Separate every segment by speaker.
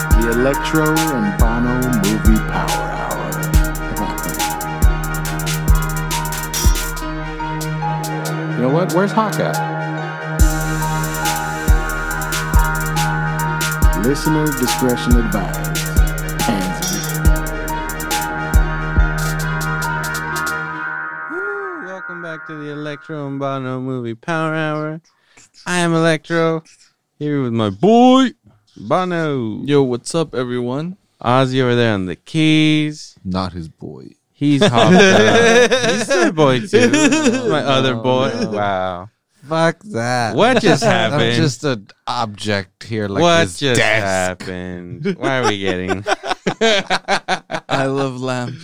Speaker 1: Electro and Bono Movie Power Hour. you know what? Where's Hawk at? Listener discretion advised. Hands
Speaker 2: Woo! Welcome back to the Electro and Bono Movie Power Hour. I am Electro, here with my boy, Bono.
Speaker 3: Yo, what's up, everyone?
Speaker 2: Ozzy over there on the keys.
Speaker 4: Not his boy.
Speaker 2: He's hopped up. He's my boy, too. My other boy. Wow.
Speaker 4: Fuck that.
Speaker 2: What just happened?
Speaker 4: I'm just an object here. Like
Speaker 2: what
Speaker 4: his
Speaker 2: just
Speaker 4: desk.
Speaker 2: happened? Why are we getting.
Speaker 3: I love lamb.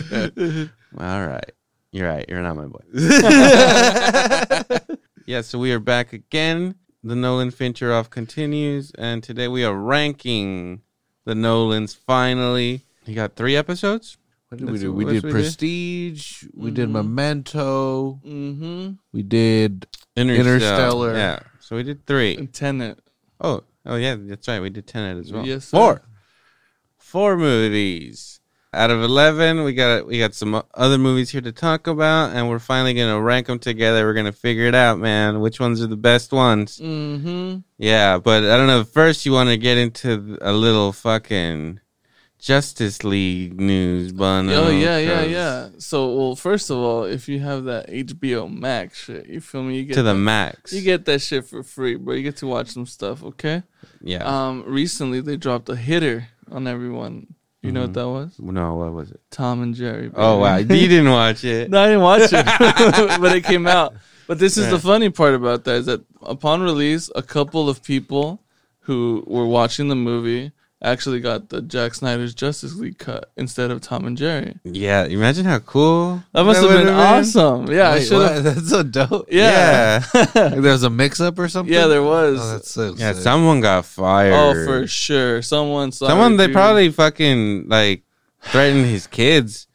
Speaker 2: All right. You're right. You're not my boy. yeah, so we are back again. The Nolan Fincheroff continues, and today we are ranking the Nolans finally. He got three episodes.
Speaker 4: What did we
Speaker 2: That's
Speaker 4: do?
Speaker 2: what
Speaker 4: We
Speaker 2: we
Speaker 4: did
Speaker 2: did.
Speaker 4: Prestige. We did Memento.
Speaker 3: Mm-hmm.
Speaker 4: We did. Interstellar.
Speaker 2: Yeah. So we did three.
Speaker 3: Tenet.
Speaker 2: Oh, oh yeah, that's right. We did Tenet as well.
Speaker 3: Yes, sir.
Speaker 2: Four. Four movies. Out of eleven, we got we got some other movies here to talk about, and we're finally gonna rank them together. We're gonna figure it out, man. Which ones are the best ones?
Speaker 3: Mm-hmm.
Speaker 2: Yeah, but I don't know. First, you want to get into a little fucking Justice League news, Bono.
Speaker 3: oh yeah, yeah,
Speaker 2: 'cause
Speaker 3: yeah. So, well, first of all, if you have that HBO Max shit, you feel me? You get
Speaker 2: To the
Speaker 3: that-
Speaker 2: max.
Speaker 3: You get that shit for free, bro. You get to watch some stuff, okay?
Speaker 2: yeah.
Speaker 3: Um, recently they dropped a hitter on everyone. You know what that was?
Speaker 2: no, what was it?
Speaker 3: Tom and Jerry. Baby.
Speaker 2: Mm-hmm. Oh wow, you didn't watch it.
Speaker 3: No, I didn't watch it, but it came out. But this is
Speaker 2: Yeah.
Speaker 3: the funny part about that is that upon release, a couple of people who were watching the movie actually got the Jack Snyder's Justice League cut instead of Tom and Jerry.
Speaker 2: Yeah, imagine how cool
Speaker 3: That must have been
Speaker 2: would've
Speaker 3: awesome. Yeah, I
Speaker 4: Wait,
Speaker 3: should
Speaker 4: what?
Speaker 3: have.
Speaker 4: That's so dope.
Speaker 3: Yeah,
Speaker 4: Like, there was a mix up or something?
Speaker 3: yeah, there was.
Speaker 4: Oh, that's so
Speaker 2: Yeah,
Speaker 4: sick.
Speaker 2: someone got fired.
Speaker 3: oh, for sure. Someone, sorry,
Speaker 2: someone they
Speaker 3: dude.
Speaker 2: probably fucking like threatened his kids.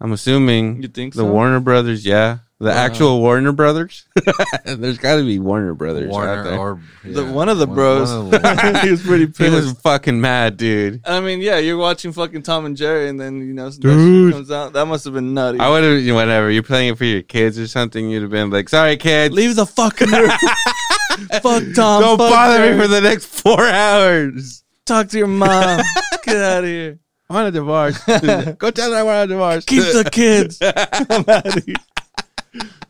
Speaker 2: I'm assuming
Speaker 3: You think
Speaker 2: the
Speaker 3: so?
Speaker 2: Warner Brothers. Yeah, the actual Warner Brothers. There's got to be Warner Brothers. out
Speaker 4: Warner
Speaker 2: there.
Speaker 4: or
Speaker 3: The,
Speaker 4: yeah,
Speaker 3: one of the
Speaker 4: one-
Speaker 3: bros.
Speaker 4: one of the-
Speaker 3: he was pretty
Speaker 2: He
Speaker 3: pissed.
Speaker 2: was fucking mad, dude.
Speaker 3: I mean, yeah, you're watching fucking Tom and Jerry, and then you know, that
Speaker 2: Dude.
Speaker 3: shit comes out. That must have been nutty.
Speaker 2: I would have, whatever. You're playing it for your kids or something. You'd have been like, "Sorry, kids,
Speaker 3: Leave the fucking room. fuck Tom.
Speaker 2: don't
Speaker 3: fuck
Speaker 2: bother
Speaker 3: Jerry.
Speaker 2: me for the next four hours."
Speaker 3: Talk to your mom. Get out of here.
Speaker 2: I want a divorce. Go tell her I want a divorce.
Speaker 3: Keep the kids. I'm out of here.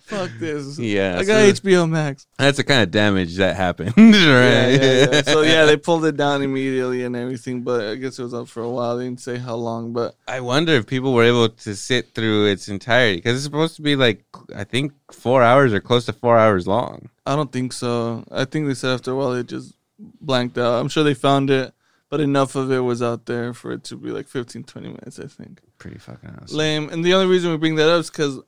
Speaker 3: Fuck this.
Speaker 2: Yeah,
Speaker 3: I got
Speaker 2: so-
Speaker 3: HBO Max.
Speaker 2: That's the kind of damage that happened, right?
Speaker 3: Yeah, yeah, yeah. So yeah, they pulled it down immediately and everything, but I guess it was up for a while. They didn't say how long, but
Speaker 2: I wonder if people were able to sit through its entirety because it's supposed to be like I think four hours or close to four hours long.
Speaker 3: I don't think so. I think they said after a while it just blanked out. I'm sure they found it, but enough of it was out there for it to be like 15, 20 minutes, I think.
Speaker 2: Pretty fucking awesome.
Speaker 3: Lame. And the only reason we bring that up is because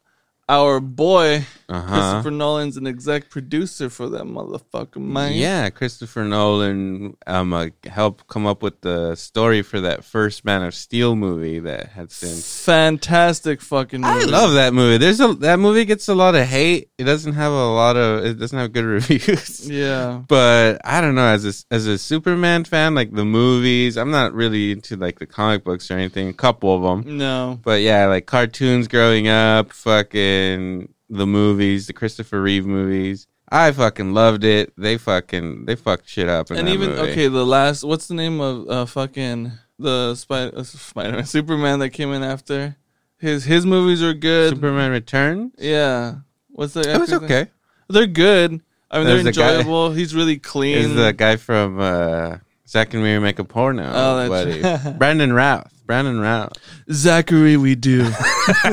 Speaker 3: our boy,
Speaker 2: Uh huh.
Speaker 3: Christopher Nolan's an exec producer for that motherfucker, man.
Speaker 2: Yeah, Christopher Nolan um uh, helped come up with the story for that first Man of Steel movie that had been.
Speaker 3: Fantastic fucking movie.
Speaker 2: I love that movie. There's a that movie gets a lot of hate. It doesn't have a lot of. It doesn't have good reviews.
Speaker 3: Yeah.
Speaker 2: But I don't know. As a, as a Superman fan, like the movies, I'm not really into like the comic books or anything. A couple of them.
Speaker 3: No.
Speaker 2: But yeah, like cartoons growing up, fucking the movies, the Christopher Reeve movies. I fucking loved it. They fucking they fucked shit up. In
Speaker 3: And
Speaker 2: that
Speaker 3: even,
Speaker 2: movie.
Speaker 3: okay, the last, what's the name of uh, fucking the Spider, uh, Spider-Man, Superman that came in after? His his movies are good.
Speaker 2: Superman Return.
Speaker 3: Yeah. What's the
Speaker 2: It was
Speaker 3: actor's name?
Speaker 2: okay.
Speaker 3: They're good. I mean, they're
Speaker 2: There's a guy-
Speaker 3: enjoyable. He's really
Speaker 2: Is
Speaker 3: clean.
Speaker 2: the guy from uh, Zack and Mary Make a Porno?
Speaker 3: Oh,
Speaker 2: buddy.
Speaker 3: that's-
Speaker 2: Brandon Routh. Brandon Routh.
Speaker 3: Zachary, we do.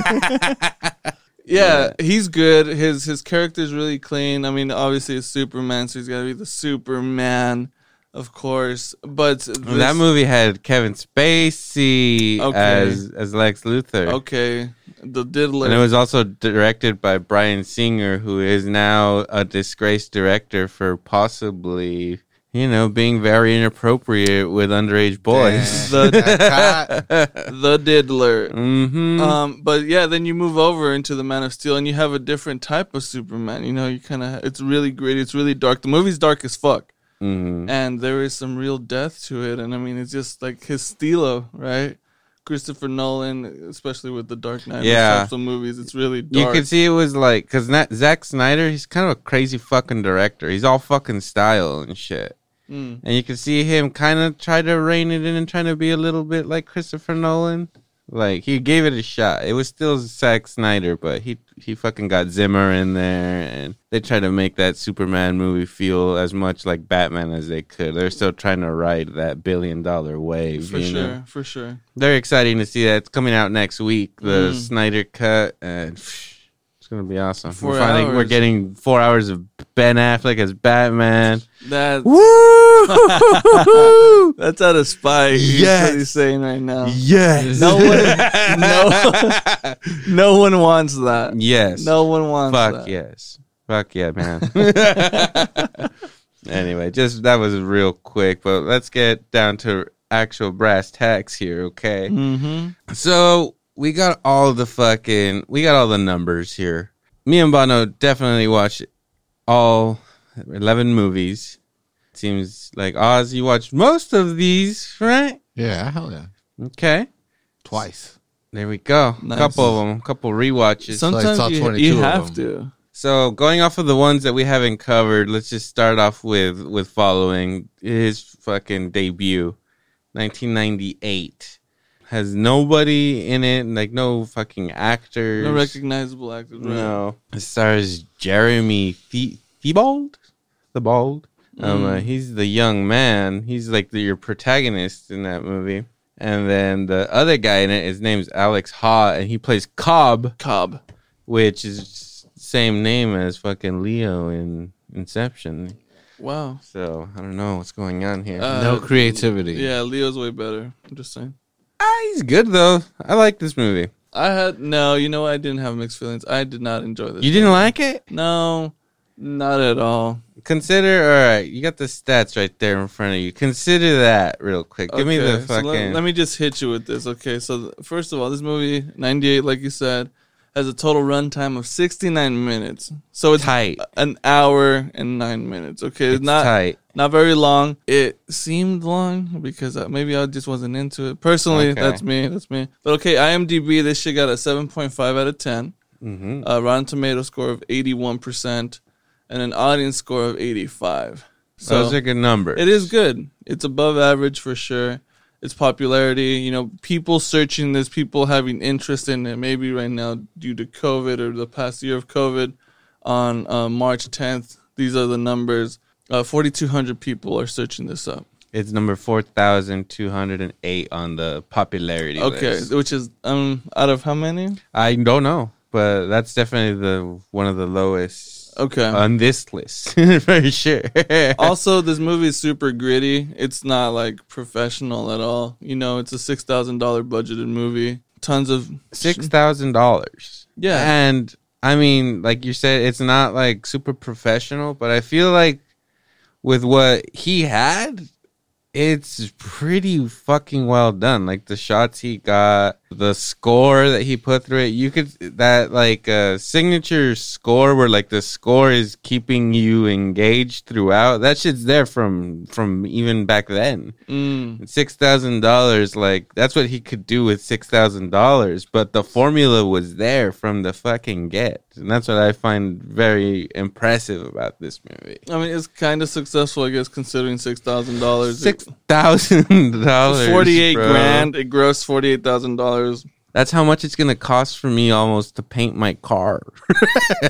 Speaker 3: yeah, he's good. His his character's really clean. I mean, obviously, it's Superman, so he's got to be the Superman, of course. But
Speaker 2: And that
Speaker 3: this-
Speaker 2: movie had Kevin Spacey
Speaker 3: Okay.
Speaker 2: as as Lex Luthor.
Speaker 3: okay, the diddler.
Speaker 2: And it was also directed by Brian Singer, who is now a disgraced director for possibly, you know, being very inappropriate with underage boys.
Speaker 3: the
Speaker 4: Got-
Speaker 3: the diddler.
Speaker 2: hmm
Speaker 3: Um, but yeah, then you move over into the Man of Steel, and you have a different type of Superman. You know, you kind of it's really gritty, it's really dark. The movie's dark as fuck.
Speaker 2: Mhm.
Speaker 3: and there is some real death to it. And I mean, it's just like his stilo, right? Christopher Nolan, especially with the Dark Knight,
Speaker 2: Yeah.
Speaker 3: yeah, types of movies, it's really
Speaker 2: You
Speaker 3: dark.
Speaker 2: could see it was like because Zack Snyder, he's kind of a crazy fucking director. He's all fucking style and shit,
Speaker 3: Mm.
Speaker 2: and you could see him kind of try to rein it in and trying to be a little bit like Christopher Nolan. Like he gave it a shot. It was still Zack Snyder, but he he fucking got Zimmer in there, and they tried to make that Superman movie feel as much like Batman as they could. They're still trying to ride that billion dollar wave.
Speaker 3: for
Speaker 2: you
Speaker 3: sure,
Speaker 2: know?
Speaker 3: for sure.
Speaker 2: very exciting to see that. It's coming out next week, the
Speaker 3: Mm.
Speaker 2: Snyder cut, and psh, it's gonna be awesome.
Speaker 3: Four
Speaker 2: we're finally we're
Speaker 3: hours.
Speaker 2: getting four hours of Ben Affleck as Batman.
Speaker 3: That
Speaker 2: Woo!
Speaker 3: that's out of spite. is
Speaker 2: Yes.
Speaker 3: what he's saying right now.
Speaker 2: yes,
Speaker 3: No one, no, no one wants that.
Speaker 2: yes,
Speaker 3: No one wants
Speaker 2: fuck
Speaker 3: that.
Speaker 2: yes, fuck yeah, man. anyway, just that was real quick, but let's get down to actual brass tacks here, okay?
Speaker 3: Mm-hmm.
Speaker 2: So we got all the fucking we got all the numbers here. Me and Bono definitely watched all eleven movies. Seems like Oz, you watched most of these, right?
Speaker 4: Yeah, hell yeah.
Speaker 2: Okay,
Speaker 4: Twice.
Speaker 2: there we go. A
Speaker 3: Nice.
Speaker 2: couple of them, a couple rewatches.
Speaker 4: Some-
Speaker 3: Sometimes
Speaker 4: saw
Speaker 3: you,
Speaker 4: 22
Speaker 3: you
Speaker 4: of
Speaker 3: have to.
Speaker 2: so going off of the ones that we haven't covered, let's just start off with with following his fucking debut, 1998. Has nobody in it, like no fucking actors.
Speaker 3: No recognizable actors. Right?
Speaker 2: No. It stars Jeremy the- Theobald? The Bald?
Speaker 3: Mm.
Speaker 2: Um, uh, he's the young man. He's like the, your protagonist in that movie. And then the other guy in it, his name's Alex Ha, and he plays Cobb,
Speaker 3: Cobb.
Speaker 2: which is same name as fucking Leo in Inception.
Speaker 3: Wow.
Speaker 2: So I don't know what's going on here.
Speaker 3: Uh,
Speaker 4: no creativity.
Speaker 3: Yeah, Leo's way better. I'm just saying.
Speaker 2: ah, he's good though. I like this movie.
Speaker 3: I had no. You know, what? I didn't have mixed feelings. I did not enjoy this.
Speaker 2: You didn't like it?
Speaker 3: No, not at all.
Speaker 2: Consider all right. You got the stats right there in front of you. Consider that real quick. Give me the
Speaker 3: Okay, so
Speaker 2: fucking.
Speaker 3: let, let me just hit you with this. Okay, so th- first of all, this movie '98, like you said, has a total runtime of 69 minutes. So it's
Speaker 2: tight.
Speaker 3: an hour and nine minutes. Okay, it's,
Speaker 2: It's
Speaker 3: not
Speaker 2: tight.
Speaker 3: not very long. It seemed long because I, maybe I just wasn't into it. Personally,
Speaker 2: Okay.
Speaker 3: that's me. That's me. But okay, IMDb, this shit got a 7.5 out of 10.
Speaker 2: Mm-hmm.
Speaker 3: a Rotten Tomato score of 81% and an audience score of 85. So
Speaker 2: Those are good numbers.
Speaker 3: it is good. It's above average for sure. Its popularity, you know, people searching this, people having interest in it. Maybe right now due to COVID or the past year of COVID, on uh, March 10th, these are the numbers. Uh, 4,200 people are searching this up.
Speaker 2: It's number four thousand two hundred and eight on the popularity
Speaker 3: Okay,
Speaker 2: list.
Speaker 3: which is um out of how many?
Speaker 2: I don't know, but that's definitely the one of the lowest
Speaker 3: Okay,
Speaker 2: on this list for sure.
Speaker 3: also, this movie is super gritty. It's not like professional at all. You know, it's a six thousand dollar budgeted movie. Tons of
Speaker 2: Six thousand dollars.
Speaker 3: Yeah.
Speaker 2: and I mean, like you said, it's not like super professional, but I feel like with what he had, it's pretty fucking well done. Like the shots he got, the score that he put through it, you could that like uh signature score where like the score is keeping you engaged throughout. That shit's there from from even back then.
Speaker 3: Mm,
Speaker 2: Six thousand dollars, like that's what he could do with six thousand dollars. But the formula was there from the fucking get, and that's what I find very impressive about this movie.
Speaker 3: I mean, it's kind of successful, I guess, considering six thousand dollars.
Speaker 2: Six thousand dollars,
Speaker 3: Forty-eight
Speaker 2: bro.
Speaker 3: grand. It grossed forty-eight thousand dollars.
Speaker 2: That's how much it's gonna cost for me almost to paint my car.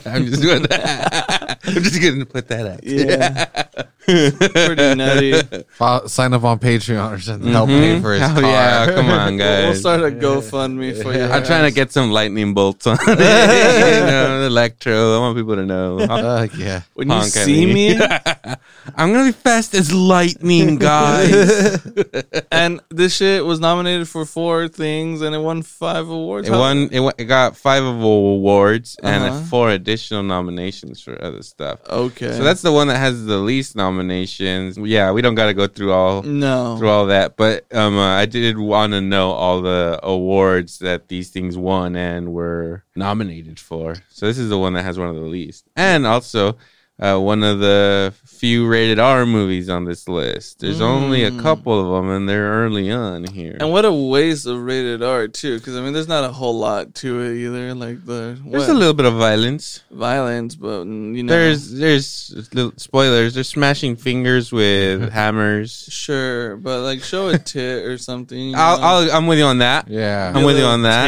Speaker 2: I'm just doing that. I'm just gonna put that out.
Speaker 3: Yeah, pretty nutty.
Speaker 4: Fo- sign up on Patreon or something. Help pay for his
Speaker 2: Hmm? Mm-hmm. Hell
Speaker 4: car.
Speaker 2: yeah, come on, guys.
Speaker 3: We'll start a GoFundMe for you.
Speaker 2: I'm trying to get some lightning bolts on it. you know, electro. I want people to know. I'll
Speaker 4: Fuck yeah.
Speaker 3: Uh, when you
Speaker 2: honk at
Speaker 3: see
Speaker 2: me.
Speaker 3: me
Speaker 2: I'm gonna be fast as lightning, guys.
Speaker 3: and this shit was nominated for four things and it won five awards.
Speaker 2: it
Speaker 3: How-
Speaker 2: won. It, won, it got five of awards and
Speaker 3: Uh-huh.
Speaker 2: four additional nominations for other stuff.
Speaker 3: Okay,
Speaker 2: So that's the one that has the least nominations. Yeah, we don't got to go through all
Speaker 3: no.
Speaker 2: through all that, but um, uh, I did want to know all the awards that these things won and were nominated for. So this is the one that has one of the least, and also uh, one of the few rated R movies on this list. There's only a
Speaker 3: Mm.
Speaker 2: couple of them, and they're early on here.
Speaker 3: And what a waste of rated R too, because I mean, there's not a whole lot to it either. Like the
Speaker 2: there's
Speaker 3: what?
Speaker 2: a little bit of violence.
Speaker 3: violence, but mm, you know,
Speaker 2: There's there's little spoilers. They're smashing fingers with hammers.
Speaker 3: sure, but like show a tit or something. you
Speaker 2: I'll,
Speaker 3: know?
Speaker 2: I'll, I'm with you on that.
Speaker 4: Yeah.
Speaker 2: I'm
Speaker 3: Be a
Speaker 2: with you
Speaker 3: little
Speaker 2: on that.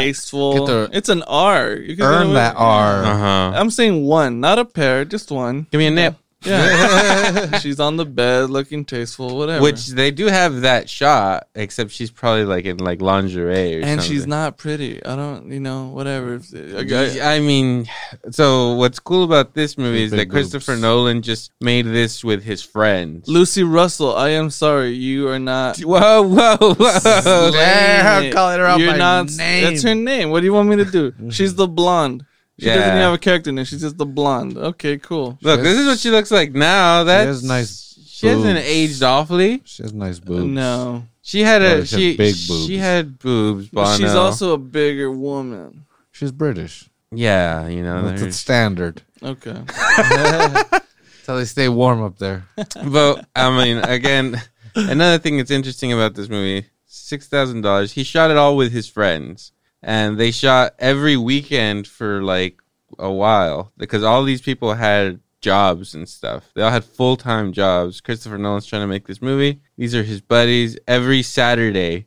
Speaker 4: Get
Speaker 3: Tasteful.
Speaker 4: the-
Speaker 3: it's an R. You can
Speaker 4: Earn
Speaker 3: do it.
Speaker 4: that R.
Speaker 2: Uh huh.
Speaker 3: I'm saying one, not a pair, just one.
Speaker 2: Give me a nip.
Speaker 3: Yeah, she's on the bed looking tasteful, whatever.
Speaker 2: Which they do have that shot, except she's probably like in like lingerie or
Speaker 3: and
Speaker 2: something.
Speaker 3: she's not pretty. I don't, you know, whatever. If- uh, a guy-
Speaker 2: Yeah, I mean, so what's cool about this movie is
Speaker 4: Big
Speaker 2: that Christopher
Speaker 4: boobs.
Speaker 2: Nolan just made this with his friends.
Speaker 3: Lucy Russell, I am sorry, you are not.
Speaker 2: Whoa, whoa, whoa!
Speaker 3: Slaying
Speaker 4: damn, calling her out by name.
Speaker 3: That's her name. What do you want me to do? She's the blonde. She doesn't
Speaker 2: Mm-hmm. Yeah.
Speaker 3: even have a character name. She's just the blonde. Okay, cool.
Speaker 2: Look, this is what she looks like now. That's
Speaker 4: has nice
Speaker 2: She hasn't
Speaker 4: boobs.
Speaker 2: aged awfully.
Speaker 4: She has nice boobs.
Speaker 3: No,
Speaker 2: She had
Speaker 4: No,
Speaker 2: a
Speaker 4: she had
Speaker 2: she
Speaker 4: big
Speaker 2: she
Speaker 4: boobs.
Speaker 2: had boobs. Bono.
Speaker 3: but she's also a bigger woman.
Speaker 4: She's British.
Speaker 2: yeah, Oh, you know.
Speaker 4: That's the
Speaker 2: there's-
Speaker 4: standard.
Speaker 3: Okay,
Speaker 4: That's how they stay warm up there.
Speaker 2: but I mean, again, another thing that's interesting about this movie: six thousand dollars. He shot it all with his friends, and they shot every weekend for like a while because all these people had jobs and stuff. They all had full time jobs. Christopher Nolan's trying to make this movie. These are his buddies. Every Saturday,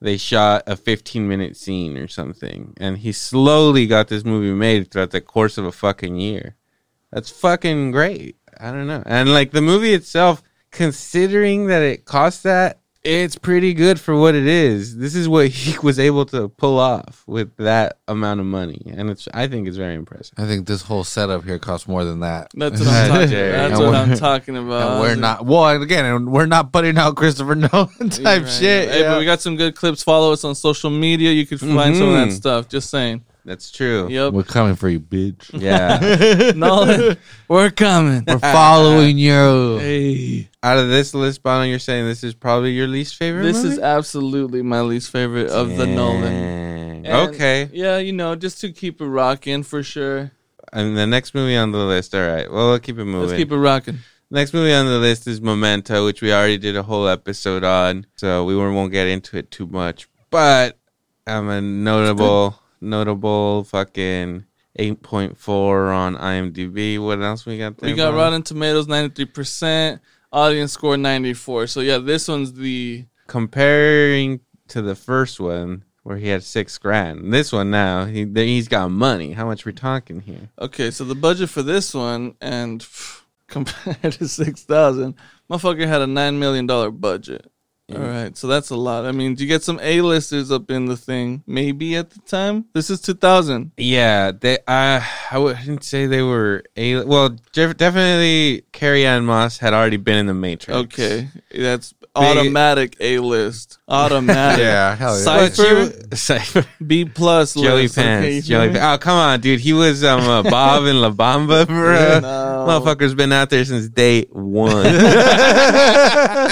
Speaker 2: they shot a 15 minute scene or something, and he slowly got this movie made throughout the course of a fucking year. That's fucking great. I don't know. And like the movie itself, considering that it cost that, it's pretty good for what it is. This is what he was able to pull off with that amount of money. And it's I think it's very impressive.
Speaker 4: I think this whole setup here costs more than that.
Speaker 3: that's what I'm talking.
Speaker 2: Yeah,
Speaker 3: That's
Speaker 4: and
Speaker 3: what
Speaker 4: we're-
Speaker 3: I'm talking about.
Speaker 4: and we're not. Well, and again, and we're not putting out Christopher Nolan type
Speaker 3: Right.
Speaker 4: shit.
Speaker 3: Hey,
Speaker 4: yeah.
Speaker 3: but we got some good clips. Follow us on social media. You could find some of that
Speaker 2: Mhm.
Speaker 3: stuff. Just saying.
Speaker 2: That's true.
Speaker 3: Yep.
Speaker 4: Mm-hmm. We're coming for you, bitch.
Speaker 2: Yeah.
Speaker 3: Nolan, we're coming.
Speaker 4: We're following you.
Speaker 3: Hey.
Speaker 2: Out of this list, Bono, you're saying this is probably your least favorite.
Speaker 3: This is absolutely my least favorite of the Nolan. And-
Speaker 2: Okay.
Speaker 3: Yeah, you know, just to keep it rocking for sure.
Speaker 2: And the next movie on the list. All right. Well, we'll keep it moving.
Speaker 3: Let's keep it rocking.
Speaker 2: Next movie on the list is Memento, which we already did a whole episode on, so we won't get into it too much. But I'm a notable, notable fucking 8.4 on IMDb. What else we got there?
Speaker 3: We got
Speaker 2: Bob?
Speaker 3: Rotten Tomatoes 93%, audience score 94. So yeah, this one's the
Speaker 2: Comparing to the first one, where he had six grand. This one now, he, he's got money. How much we talking here?
Speaker 3: Okay, so the budget for this one and pff, compared to 6,000, motherfucker had a 9 million dollar budget. All right, so that's a lot. I mean, do you get some A-listers up in the thing? Maybe at the time. This is 2000.
Speaker 2: Yeah, they. Uh, I wouldn't say they were a. Well, def- definitely Carrie Ann Moss had already been in the Matrix.
Speaker 3: Okay, that's automatic A-list. Automatic.
Speaker 4: Yeah, hell yeah.
Speaker 2: But she
Speaker 3: Cipher,
Speaker 2: wa- Cypher.
Speaker 3: B plus
Speaker 2: Joey
Speaker 3: list. okay?
Speaker 2: Pants. Joey Pants. Oh, come on, dude. He was um, uh, Bob in La Bamba, bro.
Speaker 3: Yeah, no.
Speaker 2: Motherfucker's been out there since day one.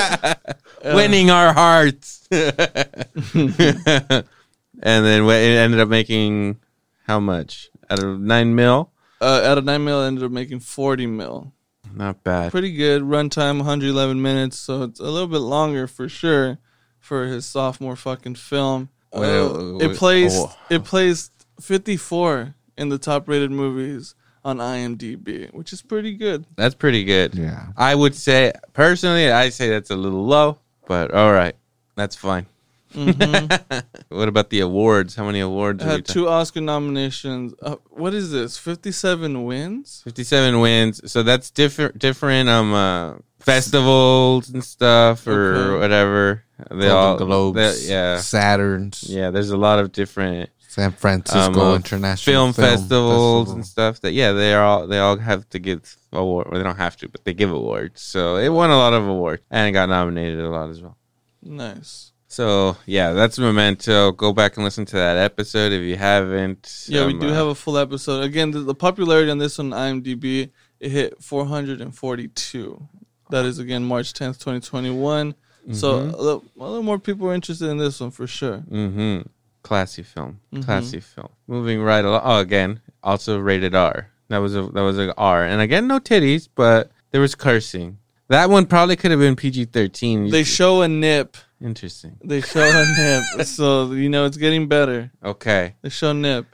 Speaker 2: Winning our hearts. and then wh- it ended up making how much? Out of nine mil?
Speaker 3: Uh, out of nine mil, ended up making forty mil.
Speaker 2: Not bad.
Speaker 3: Pretty good runtime, 111 minutes, so it's a little bit longer for sure for his sophomore fucking film.
Speaker 4: Wait,
Speaker 3: Uh,
Speaker 4: wait,
Speaker 3: it
Speaker 4: wait,
Speaker 3: plays
Speaker 4: oh.
Speaker 3: it plays 54 in the top rated movies on IMDb, which is pretty good.
Speaker 2: That's pretty good.
Speaker 4: Yeah.
Speaker 2: I would say, personally, I say that's a little low, but all right. That's fine. what about the awards? How many awards?
Speaker 3: It
Speaker 2: are we
Speaker 3: had
Speaker 2: talking-
Speaker 3: Mm-hmm. Uh, two Oscar nominations. Uh, what is this? 57 wins?
Speaker 2: 57 wins. So that's different different um uh, festivals and stuff or
Speaker 3: Okay.
Speaker 2: whatever. They
Speaker 4: Golden
Speaker 2: all
Speaker 4: Globes.
Speaker 2: they- yeah.
Speaker 4: Saturns.
Speaker 2: Yeah, there's a lot of different
Speaker 4: San
Speaker 2: um,
Speaker 4: Francisco
Speaker 2: uh,
Speaker 4: International
Speaker 2: film, festivals
Speaker 4: Festival.
Speaker 2: and stuff that yeah, they are all they all have to give award or they don't have to, but they give awards. So it won a lot of awards and it got nominated a lot as well.
Speaker 3: Nice.
Speaker 2: So yeah, that's Memento. Go back and listen to that episode if you haven't.
Speaker 3: Yeah, we
Speaker 2: Um,
Speaker 3: do
Speaker 2: uh,
Speaker 3: have a full episode. Again, the, the popularity on this on IMDb it hit 442. That is again March 10th, 2021. So a little, a little more people are interested in this one for sure.
Speaker 2: uh,
Speaker 3: Mm-hmm.
Speaker 2: Mm-hmm. Classy film. Classy film. Moving right along. Oh, again, also rated R. That was a that was a R. And again, no titties, but there was cursing. That one probably could have been PG thirteen.
Speaker 3: They show a nip.
Speaker 2: Interesting.
Speaker 3: They show a nip. So you know it's getting better.
Speaker 2: Okay,
Speaker 3: They show nip.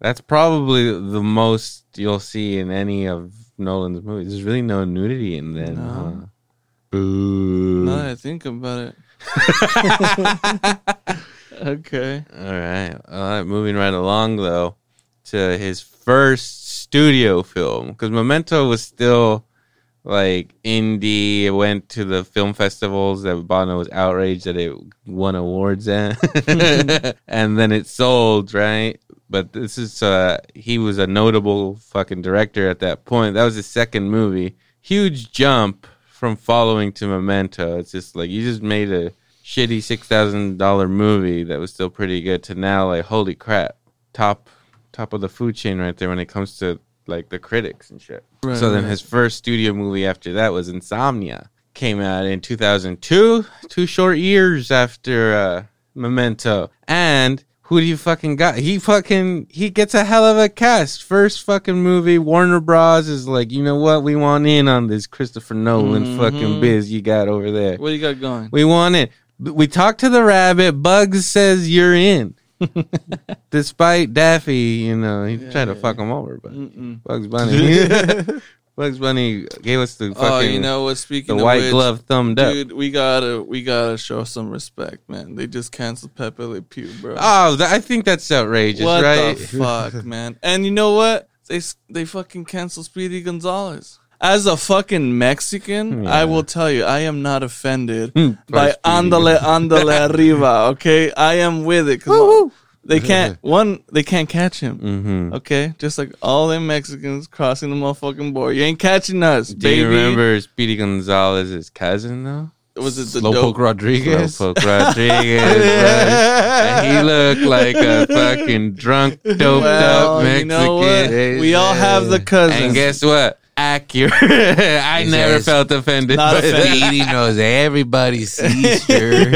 Speaker 2: that's probably the most you'll see in any of Nolan's movies. There's really no nudity in them.
Speaker 3: No.
Speaker 2: huh? Boo.
Speaker 3: Now that I think about it. okay.
Speaker 2: All right. All right. Moving right along, though, to his first studio film because Memento was still like indie. It went to the film festivals that Bono was outraged that it won awards at, and then it sold right. But this is uh, he was a notable fucking director at that point. That was his second movie. Huge jump from following to Memento. It's just like you just made a shitty six thousand dollar movie that was still pretty good to now like holy crap, top top of the food chain right there when it comes to like the critics and shit.
Speaker 3: Right,
Speaker 2: so then
Speaker 3: right.
Speaker 2: his first studio movie after that was Insomnia. Came out in 2002, two short years after uh, Memento. And who do you fucking got? He fucking he gets a hell of a cast. First fucking movie, Warner Bros is like, you know what? We want in on this Christopher Nolan fucking
Speaker 3: Mhm.
Speaker 2: biz you got over there.
Speaker 3: What do you got going?
Speaker 2: We want it. B- We talk to the rabbit. Bugs says you're in. Despite Daffy, you know, he tried to fuck him over, but
Speaker 3: Mm-mm.
Speaker 2: Bugs Bunny. Bugs Bunny gave us the fucking
Speaker 3: Oh, you know what?
Speaker 2: the
Speaker 3: Speaking of
Speaker 2: white
Speaker 3: which,
Speaker 2: glove thumbed up.
Speaker 3: dude, we gotta we gotta show some respect, man. They just canceled Pepe Le Pew, bro.
Speaker 2: Oh, th- I think that's outrageous,
Speaker 3: what
Speaker 2: right?
Speaker 3: the fuck, man? And you know what? They s- they fucking canceled Speedy Gonzalez. As a fucking
Speaker 2: Hmm,
Speaker 3: Mexican, I will tell you, I am not offended by
Speaker 2: Speedy.
Speaker 3: andale andale arriba. Okay, I am with it because they can't one they can't catch him.
Speaker 2: mm-hmm.
Speaker 3: Okay, just like all them Mexicans crossing the motherfucking border, you ain't catching us,
Speaker 2: Do
Speaker 3: baby.
Speaker 2: you remember Speedy Gonzalez's cousin though?
Speaker 3: Was it the
Speaker 4: Slowpoke
Speaker 3: dope?
Speaker 4: Rodriguez.
Speaker 2: Slowpoke Rodriguez. right? And he looked like a fucking drunk, doped
Speaker 3: Well,
Speaker 2: up
Speaker 3: you
Speaker 2: Mexican.
Speaker 3: know what? We all have the cousins.
Speaker 2: And guess what? Accurate. I
Speaker 4: He
Speaker 2: never
Speaker 4: says,
Speaker 2: felt offended.
Speaker 3: Not
Speaker 2: by
Speaker 3: offended.
Speaker 2: that.
Speaker 4: Speedy knows everybody's seizure.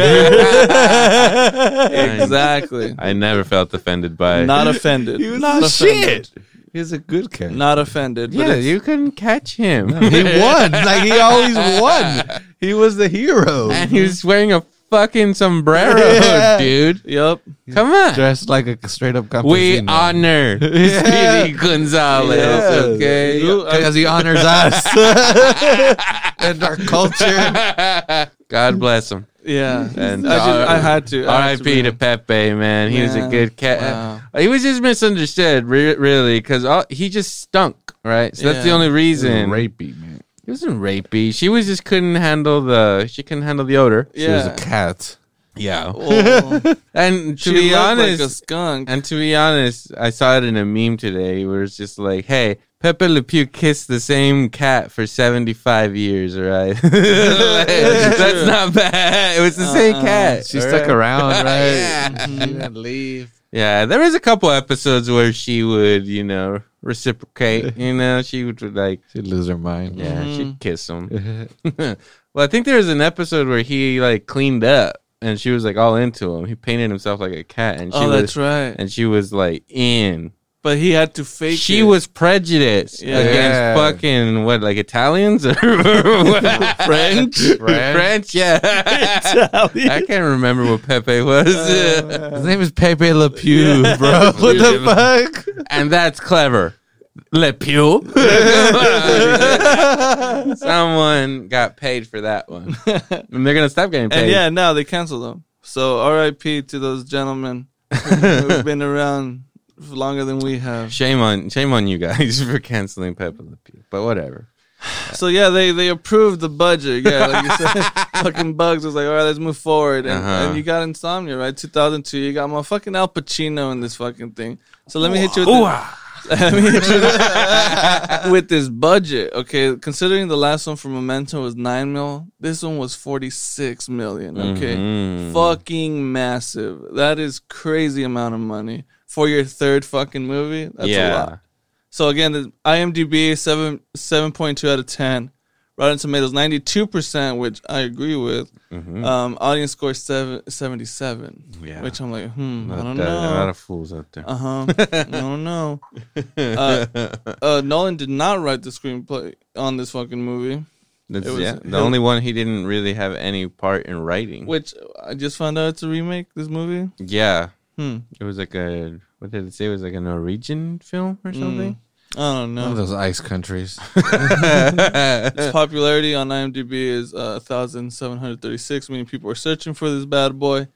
Speaker 3: exactly.
Speaker 2: I never felt offended by it.
Speaker 3: Not offended.
Speaker 4: He was
Speaker 3: not
Speaker 4: not
Speaker 3: offended.
Speaker 4: shit. He's a good cat.
Speaker 3: Not offended. but
Speaker 2: yeah,
Speaker 3: it's-
Speaker 2: you couldn't catch him.
Speaker 4: He won. Like he always won. He was the hero.
Speaker 2: and he was wearing a fucking sombrero,
Speaker 4: Yeah.
Speaker 2: dude.
Speaker 3: Yep.
Speaker 2: Come on.
Speaker 4: Dressed like a straight up campesino.
Speaker 2: We honor Speedy Gonzalez,
Speaker 4: Yes.
Speaker 2: okay?
Speaker 3: You- I-
Speaker 4: because he honors us and our culture.
Speaker 2: God bless him.
Speaker 3: yeah.
Speaker 2: And
Speaker 3: I, just, I
Speaker 2: R-
Speaker 3: had to. I had to
Speaker 2: R.I.P.
Speaker 3: bring
Speaker 2: to
Speaker 3: it.
Speaker 2: Pepe, man. He was a
Speaker 3: Yeah.
Speaker 2: good cat.
Speaker 3: Wow.
Speaker 2: He was just misunderstood, re- really, because he just stunk, right? So that's the
Speaker 3: Yeah.
Speaker 2: only reason.
Speaker 4: Rapey man.
Speaker 2: He wasn't rapey. She was just couldn't handle the. She couldn't handle the odor.
Speaker 4: She was a
Speaker 3: Yeah.
Speaker 4: cat.
Speaker 2: Yeah.
Speaker 3: Well,
Speaker 2: And to
Speaker 3: "Oh, she
Speaker 2: be
Speaker 3: looked
Speaker 2: honest,
Speaker 3: like a skunk.
Speaker 2: and to be honest, I saw it in a meme today where it's just like, "Hey, Pepe Le Pew kissed the same cat for seventy-five years, right? Like, that's not bad. It was the same
Speaker 3: Uh-uh.
Speaker 2: cat.
Speaker 4: She
Speaker 2: all
Speaker 4: stuck
Speaker 2: right?
Speaker 4: around, right? Mm-hmm.
Speaker 2: Yeah.
Speaker 4: She didn't leave.
Speaker 2: Yeah, there was a couple episodes where she would, you know, reciprocate. You know, she would like,
Speaker 4: She'd lose her mind.
Speaker 2: yeah,
Speaker 3: Mm-hmm.
Speaker 2: she'd kiss him.
Speaker 4: Yeah.
Speaker 2: well, I think there was an episode where he like cleaned up and she was like all into him. He painted himself like a cat and she
Speaker 3: oh,
Speaker 2: was
Speaker 3: that's right.
Speaker 2: and she was like in.
Speaker 3: But he had to fake.
Speaker 2: She
Speaker 3: it.
Speaker 2: was prejudiced
Speaker 3: Yeah.
Speaker 2: against
Speaker 4: Yeah.
Speaker 2: fucking what like Italians or what?
Speaker 4: French?
Speaker 3: French.
Speaker 2: French, yeah. I
Speaker 3: Italian.
Speaker 2: can't remember what Pepe was.
Speaker 4: His name is Pepe Le Pew, bro. What the fuck?
Speaker 2: and that's clever. Le Pew. Someone got paid for that one. And they're gonna stop getting paid.
Speaker 3: And yeah, now they canceled them. So R.I.P. to those gentlemen who've been around for longer than we have.
Speaker 2: Shame on shame on you guys for canceling Pepe Le Pew. But whatever.
Speaker 3: So yeah, they they approved the budget. Yeah, like you said, fucking Bugs was like, all right, let's move forward. And,
Speaker 2: Uh-huh.
Speaker 3: and you got Insomnia, right? 2002. You got my fucking Al Pacino in this fucking thing. So let me hit you with the, I mean, with this budget, okay, considering the last one for Memento was nine mil, this one was forty six million. Okay,
Speaker 2: Mhm.
Speaker 3: fucking massive. That is crazy amount of money for your third fucking movie. That's a lot. So again, the IMDb seven seven point two out of ten. Rotten Tomatoes 92%, which I agree with.
Speaker 2: Mhm.
Speaker 3: Um, audience score seven, 77,
Speaker 2: Yeah.
Speaker 3: which I'm like, hmm, I
Speaker 2: Not
Speaker 3: don't
Speaker 2: that- A lot
Speaker 3: know.
Speaker 2: of fools out there.
Speaker 3: Uh huh. I don't know. Uh, uh, Nolan did not write the screenplay on this fucking movie,
Speaker 2: That's-
Speaker 3: it was-
Speaker 2: yeah, the
Speaker 3: it-
Speaker 2: only one he didn't really have any part in writing.
Speaker 3: which I just found out it's a remake. This movie.
Speaker 2: Yeah,
Speaker 3: Hmm.
Speaker 2: it was like a what did it say? It was like a Norwegian film
Speaker 3: Hmm.
Speaker 2: or something.
Speaker 3: I don't
Speaker 4: One of
Speaker 3: know.
Speaker 4: those ice countries.
Speaker 3: Its popularity on IMDb is uh, 1,736, meaning people are searching for this bad boy.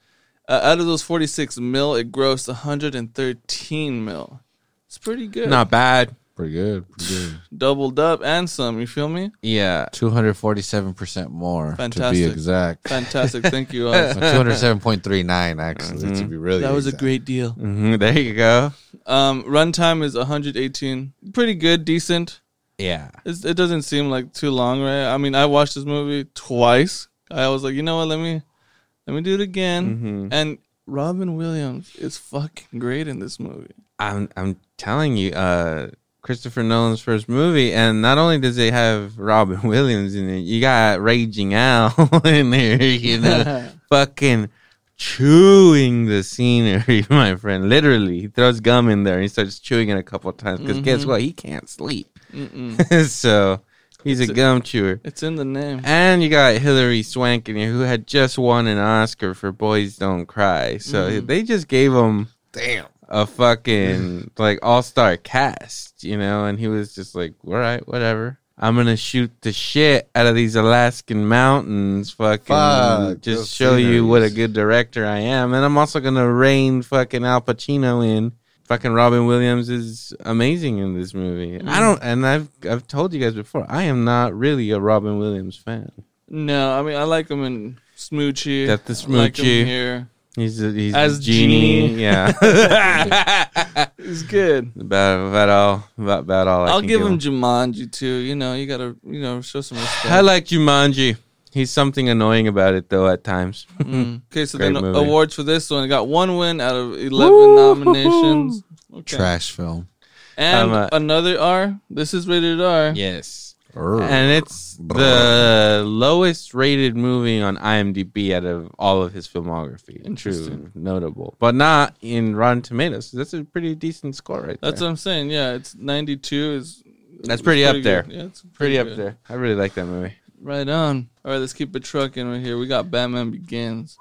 Speaker 3: Uh, out of those 46 mil, it grossed 113 mil. It's pretty good.
Speaker 2: Not bad.
Speaker 4: Pretty good. Pretty good.
Speaker 3: Doubled up and some, you feel me?
Speaker 2: Yeah,
Speaker 4: 247% more, to be
Speaker 3: Fantastic.
Speaker 4: exact.
Speaker 3: Fantastic. Thank you. Oz.
Speaker 4: So 207.39, actually, to be really
Speaker 3: That was a
Speaker 4: exact.
Speaker 3: great deal.
Speaker 2: hmm there you go.
Speaker 3: Um, runtime is 118. Pretty good, decent.
Speaker 4: Yeah.
Speaker 3: It's, it doesn't seem like too long, right? I mean, I watched this movie twice. I was like, you know what? Let me, let me do it again.
Speaker 2: Mhm.
Speaker 3: And Robin Williams is fucking great in this movie.
Speaker 2: I'm I'm telling you, uh, Christopher Nolan's first movie, and not only does it have Robin Williams in it, you got Raging Al in there, you know, fucking chewing the scenery, my friend. Literally, he throws gum in there and he starts chewing it a couple of times because guess what? He can't sleep,
Speaker 3: Mm-mm.
Speaker 2: so he's a gum chewer.
Speaker 3: It's in the name.
Speaker 2: And you got Hilary Swank in here, who had just won an Oscar for Boys Don't Cry. So they just gave him
Speaker 4: Damn.
Speaker 2: a fucking like all star cast, you know, and he was just like, all right, whatever. I'm gonna shoot the shit out of these Alaskan mountains, fucking
Speaker 4: Fuck,
Speaker 2: just
Speaker 4: those
Speaker 2: show you what a
Speaker 4: sceneries.
Speaker 2: good director I am. And I'm also gonna rein fucking Al Pacino in. Fucking Robin Williams is amazing in this movie.
Speaker 3: Mm.
Speaker 2: I don't and I've I've told you guys before, I am not really a Robin Williams fan.
Speaker 3: No, I mean I like him in Smoochie.
Speaker 2: Got the
Speaker 3: I like him
Speaker 2: Smoochie.
Speaker 3: here.
Speaker 2: He's a, he's
Speaker 3: As
Speaker 2: a genie.
Speaker 3: Genie.
Speaker 2: Yeah.
Speaker 3: He's good.
Speaker 2: about, about all about, about all I
Speaker 3: I'll
Speaker 2: can
Speaker 3: give him Jumanji too. You know, you gotta you know show some respect.
Speaker 2: I like Jumanji. He's something annoying about it though at times.
Speaker 3: Mm. Okay, so
Speaker 2: Great
Speaker 3: then
Speaker 2: movie.
Speaker 3: awards for this one. It got one win out of eleven nominations. Okay.
Speaker 4: Trash film.
Speaker 3: And
Speaker 2: Um, uh,
Speaker 3: another R. This is rated R.
Speaker 2: yes.
Speaker 4: Err.
Speaker 2: And it's the lowest rated movie on IMDb out of all of his filmography. True,
Speaker 3: Interesting.
Speaker 2: notable, but not in Rotten Tomatoes. That's a pretty decent score, right?
Speaker 3: That's
Speaker 2: there.
Speaker 3: what I'm saying. Yeah, it's 92. Is
Speaker 2: That's pretty up there.
Speaker 3: good. Yeah, it's
Speaker 2: pretty up
Speaker 3: good.
Speaker 2: there. I really like that movie.
Speaker 3: Right on. All right, let's keep it trucking right here. We got Batman Begins.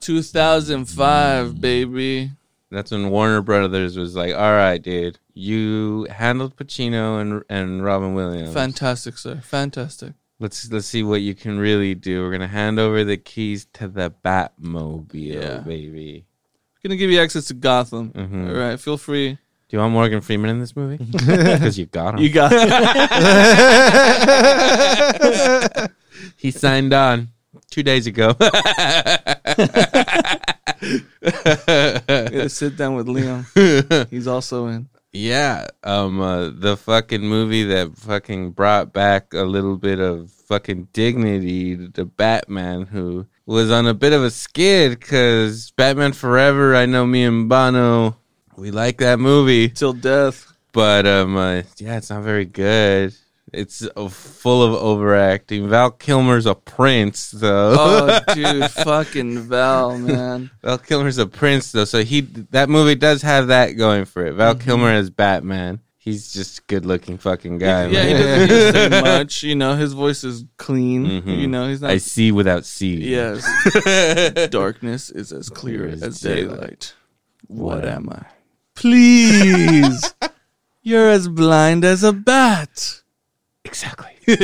Speaker 3: 2005, baby.
Speaker 2: That's when Warner Brothers was like, "All right, dude, you handled Pacino and and Robin Williams.
Speaker 3: Fantastic, sir. Fantastic.
Speaker 2: let's let's see what you can really do. We're gonna hand over the keys to the Batmobile,
Speaker 3: Yeah.
Speaker 2: baby.
Speaker 3: Gonna give you access to Gotham.
Speaker 2: Mhm.
Speaker 3: All right, feel free.
Speaker 2: Do you want Morgan Freeman in this movie? Because you got him.
Speaker 3: You got
Speaker 2: he signed on two days ago.
Speaker 3: to sit down with Liam. He's also in.
Speaker 2: yeah, um, uh, the fucking movie that fucking brought back a little bit of fucking dignity to Batman, who was on a bit of a skid because Batman Forever. I know me and Bono, we like that movie.
Speaker 3: Till death.
Speaker 2: but um, uh, yeah, it's not very good. It's uh, full of overacting. Val Kilmer's a prince, though.
Speaker 3: Oh, dude, fucking Val, man.
Speaker 2: Val Kilmer's a prince, though, so he that movie does have that going for it.
Speaker 3: Mm-hmm.
Speaker 2: Val Kilmer as Batman. He's just a good-looking fucking guy.
Speaker 3: Yeah, he
Speaker 2: man.
Speaker 3: doesn't need to say much. You know, his voice is clean.
Speaker 2: Mhm.
Speaker 3: You know, he's not.
Speaker 2: I see without seeing.
Speaker 3: Yes. Darkness is as clear
Speaker 2: Clear
Speaker 3: as
Speaker 2: as
Speaker 3: daylight. What
Speaker 2: Wow.
Speaker 3: am I? Please. You're as blind as a bat.
Speaker 2: exactly.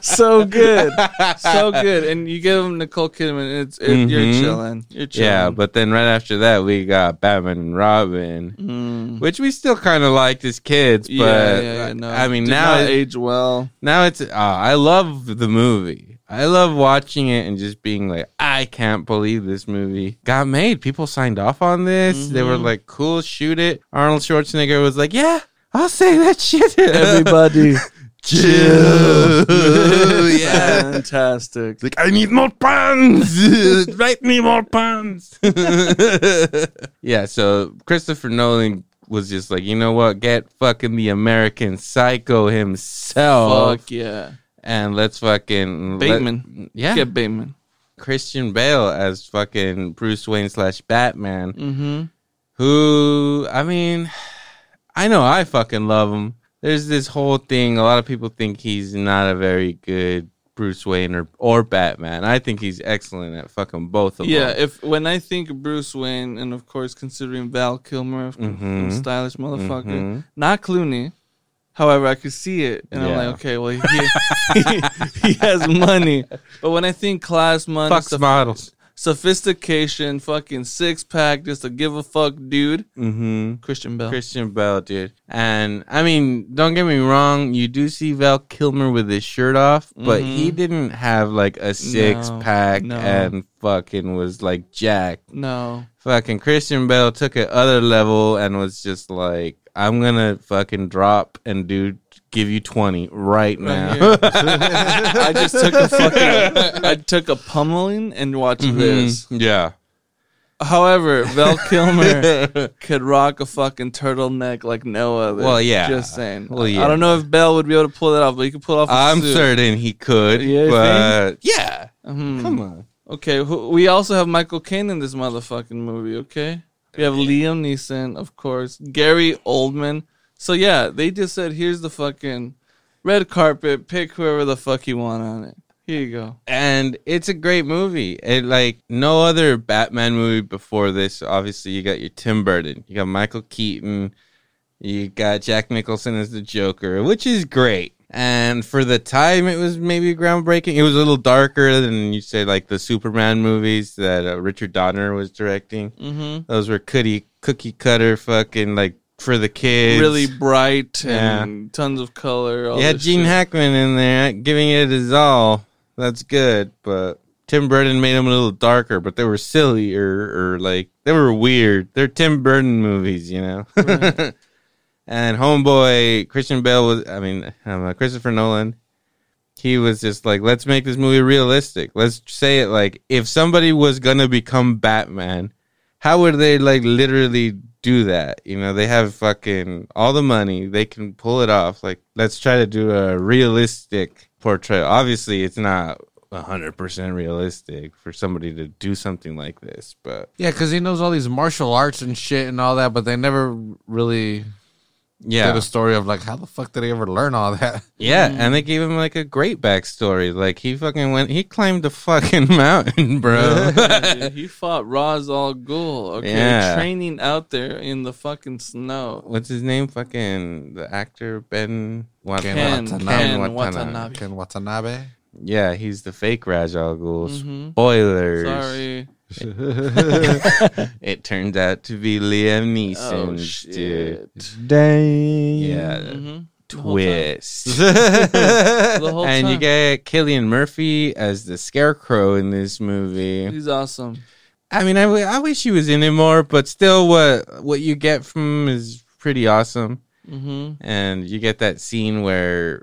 Speaker 3: So good. so good. And you give him Nicole Kidman, it's it, you're
Speaker 2: Mhm.
Speaker 3: chilling. You're chilling.
Speaker 2: Yeah, but then right after that, we got Batman and Robin,
Speaker 3: Mm.
Speaker 2: which we still kind of liked as kids. But
Speaker 3: yeah, yeah, yeah, no.
Speaker 2: I mean,
Speaker 3: Did
Speaker 2: now
Speaker 3: not
Speaker 2: it-
Speaker 3: age well.
Speaker 2: Now it's uh, I love the movie. I love watching it and just being like, I can't believe this movie got made. People signed off on this. They
Speaker 3: Mm-hmm.
Speaker 2: were like, cool, shoot it. Arnold Schwarzenegger was like, yeah, I'll say that shit.
Speaker 3: Everybody,
Speaker 2: chill. yeah.
Speaker 3: fantastic.
Speaker 2: Like, I need more puns. Write me more puns. yeah, so Christopher Nolan was just like, you know what? Get fucking the American Psycho himself,
Speaker 3: Fuck yeah.
Speaker 2: and let's fucking let-
Speaker 3: Bateman.
Speaker 2: yeah,
Speaker 3: Get Bateman.
Speaker 2: Christian Bale as fucking Bruce Wayne slash Batman.
Speaker 3: Mm-hmm.
Speaker 2: who I mean, I know I fucking love him. There's this whole thing. A lot of people think he's not a very good Bruce Wayne or, or Batman. I think he's excellent at fucking both of
Speaker 3: Yeah,
Speaker 2: them.
Speaker 3: if when I think of Bruce Wayne, and of course considering Val Kilmer,
Speaker 2: Mhm.
Speaker 3: stylish motherfucker,
Speaker 2: Mhm.
Speaker 3: not Clooney. However, I could see it, and I'm
Speaker 2: Yeah.
Speaker 3: like, okay, well, he, he, he has money. But when I think class, money,
Speaker 2: Fuck
Speaker 3: soph-
Speaker 2: models.
Speaker 3: sophistication, fucking six pack, just a give a fuck dude,
Speaker 2: Mm-hmm.
Speaker 3: Christian Bell.
Speaker 2: Christian Bell, dude. And I mean, don't get me wrong. You do see Val Kilmer with his shirt off, but
Speaker 3: Mhm.
Speaker 2: he didn't have like a six pack
Speaker 3: no.
Speaker 2: and fucking was like jacked.
Speaker 3: No,
Speaker 2: fucking Christian Bale took it other level and was just like, I'm gonna fucking drop and do give you twenty right now. Mm-hmm.
Speaker 3: here. I just took a fucking, I took a pummeling and watched this.
Speaker 2: Mhm. Yeah.
Speaker 3: However, Val Kilmer could rock a fucking turtleneck like no other.
Speaker 2: Well, yeah.
Speaker 3: Just saying.
Speaker 2: Well,
Speaker 3: I
Speaker 2: yeah.
Speaker 3: don't know if Bell would be able to pull that off, but he could pull off. a
Speaker 2: I'm
Speaker 3: suit.
Speaker 2: certain he could.
Speaker 3: Yeah, you
Speaker 2: but yeah.
Speaker 3: Mhm.
Speaker 2: Come on.
Speaker 3: Okay, who, we also have Michael Caine in this motherfucking movie. Okay, we have Liam Neeson, of course, Gary Oldman. So yeah, they just said, "Here's the fucking red carpet. Pick whoever the fuck you want on it. Here you go."
Speaker 2: And it's a great movie. It like no other Batman movie before this. Obviously, you got your Tim Burton, you got Michael Keaton, you got Jack Nicholson as the Joker, which is great. And for the time, it was maybe groundbreaking. It was a little darker than you say, like the Superman movies that uh, Richard Donner was directing.
Speaker 3: Mm-hmm.
Speaker 2: Those were cookie cookie cutter, fucking like for the kids.
Speaker 3: Really bright
Speaker 2: Yeah.
Speaker 3: and tons of color. All
Speaker 2: Yeah,
Speaker 3: this
Speaker 2: Gene
Speaker 3: shit.
Speaker 2: Hackman in there giving it his all. That's good, but Tim Burton made them a little darker, but they were silly or, or like they were weird. They're Tim Burton movies, you know. and Homeboy Christian Bale was, I mean, um, uh, Christopher Nolan. He was just like, let's make this movie realistic. Let's say it like, if somebody was gonna become Batman, how would they like literally do that? You know, they have fucking all the money, they can pull it off. Like, let's try to do a realistic portrayal. Obviously, it's not 100% realistic for somebody to do something like this, but
Speaker 4: Yeah, because he knows all these martial arts and shit and all that, but they never really
Speaker 2: yeah.
Speaker 4: did a story of like, how the fuck did he ever learn all that?
Speaker 2: Yeah,
Speaker 3: Mm.
Speaker 2: and they gave him like a great backstory. Like, he fucking went, he climbed a fucking mountain, bro.
Speaker 3: Dude, he fought Ra's al Ghul. Okay,
Speaker 2: Yeah.
Speaker 3: training out there in the fucking snow.
Speaker 2: What's his name? Fucking the actor Ben Wat-
Speaker 3: Ken,
Speaker 4: Watanabe.
Speaker 3: Ken
Speaker 2: Watanabe.
Speaker 3: Watanabe.
Speaker 4: Ken Watanabe.
Speaker 2: Yeah, he's the fake Raj Al Ghul.
Speaker 3: Mhm.
Speaker 2: Spoilers.
Speaker 3: Sorry,
Speaker 2: It turns out to be Liam
Speaker 3: oh
Speaker 2: Neeson, dude.
Speaker 3: shit.
Speaker 1: Dang.
Speaker 2: Yeah,
Speaker 3: Mhm. The whole time.
Speaker 2: twist. and
Speaker 3: The whole
Speaker 2: you
Speaker 3: time.
Speaker 2: get Killian Murphy as the Scarecrow in this movie.
Speaker 3: He's awesome.
Speaker 2: I mean, I, w- I wish he was in it more, but still, what what you get from him is pretty awesome.
Speaker 3: hmm
Speaker 2: And you get that scene where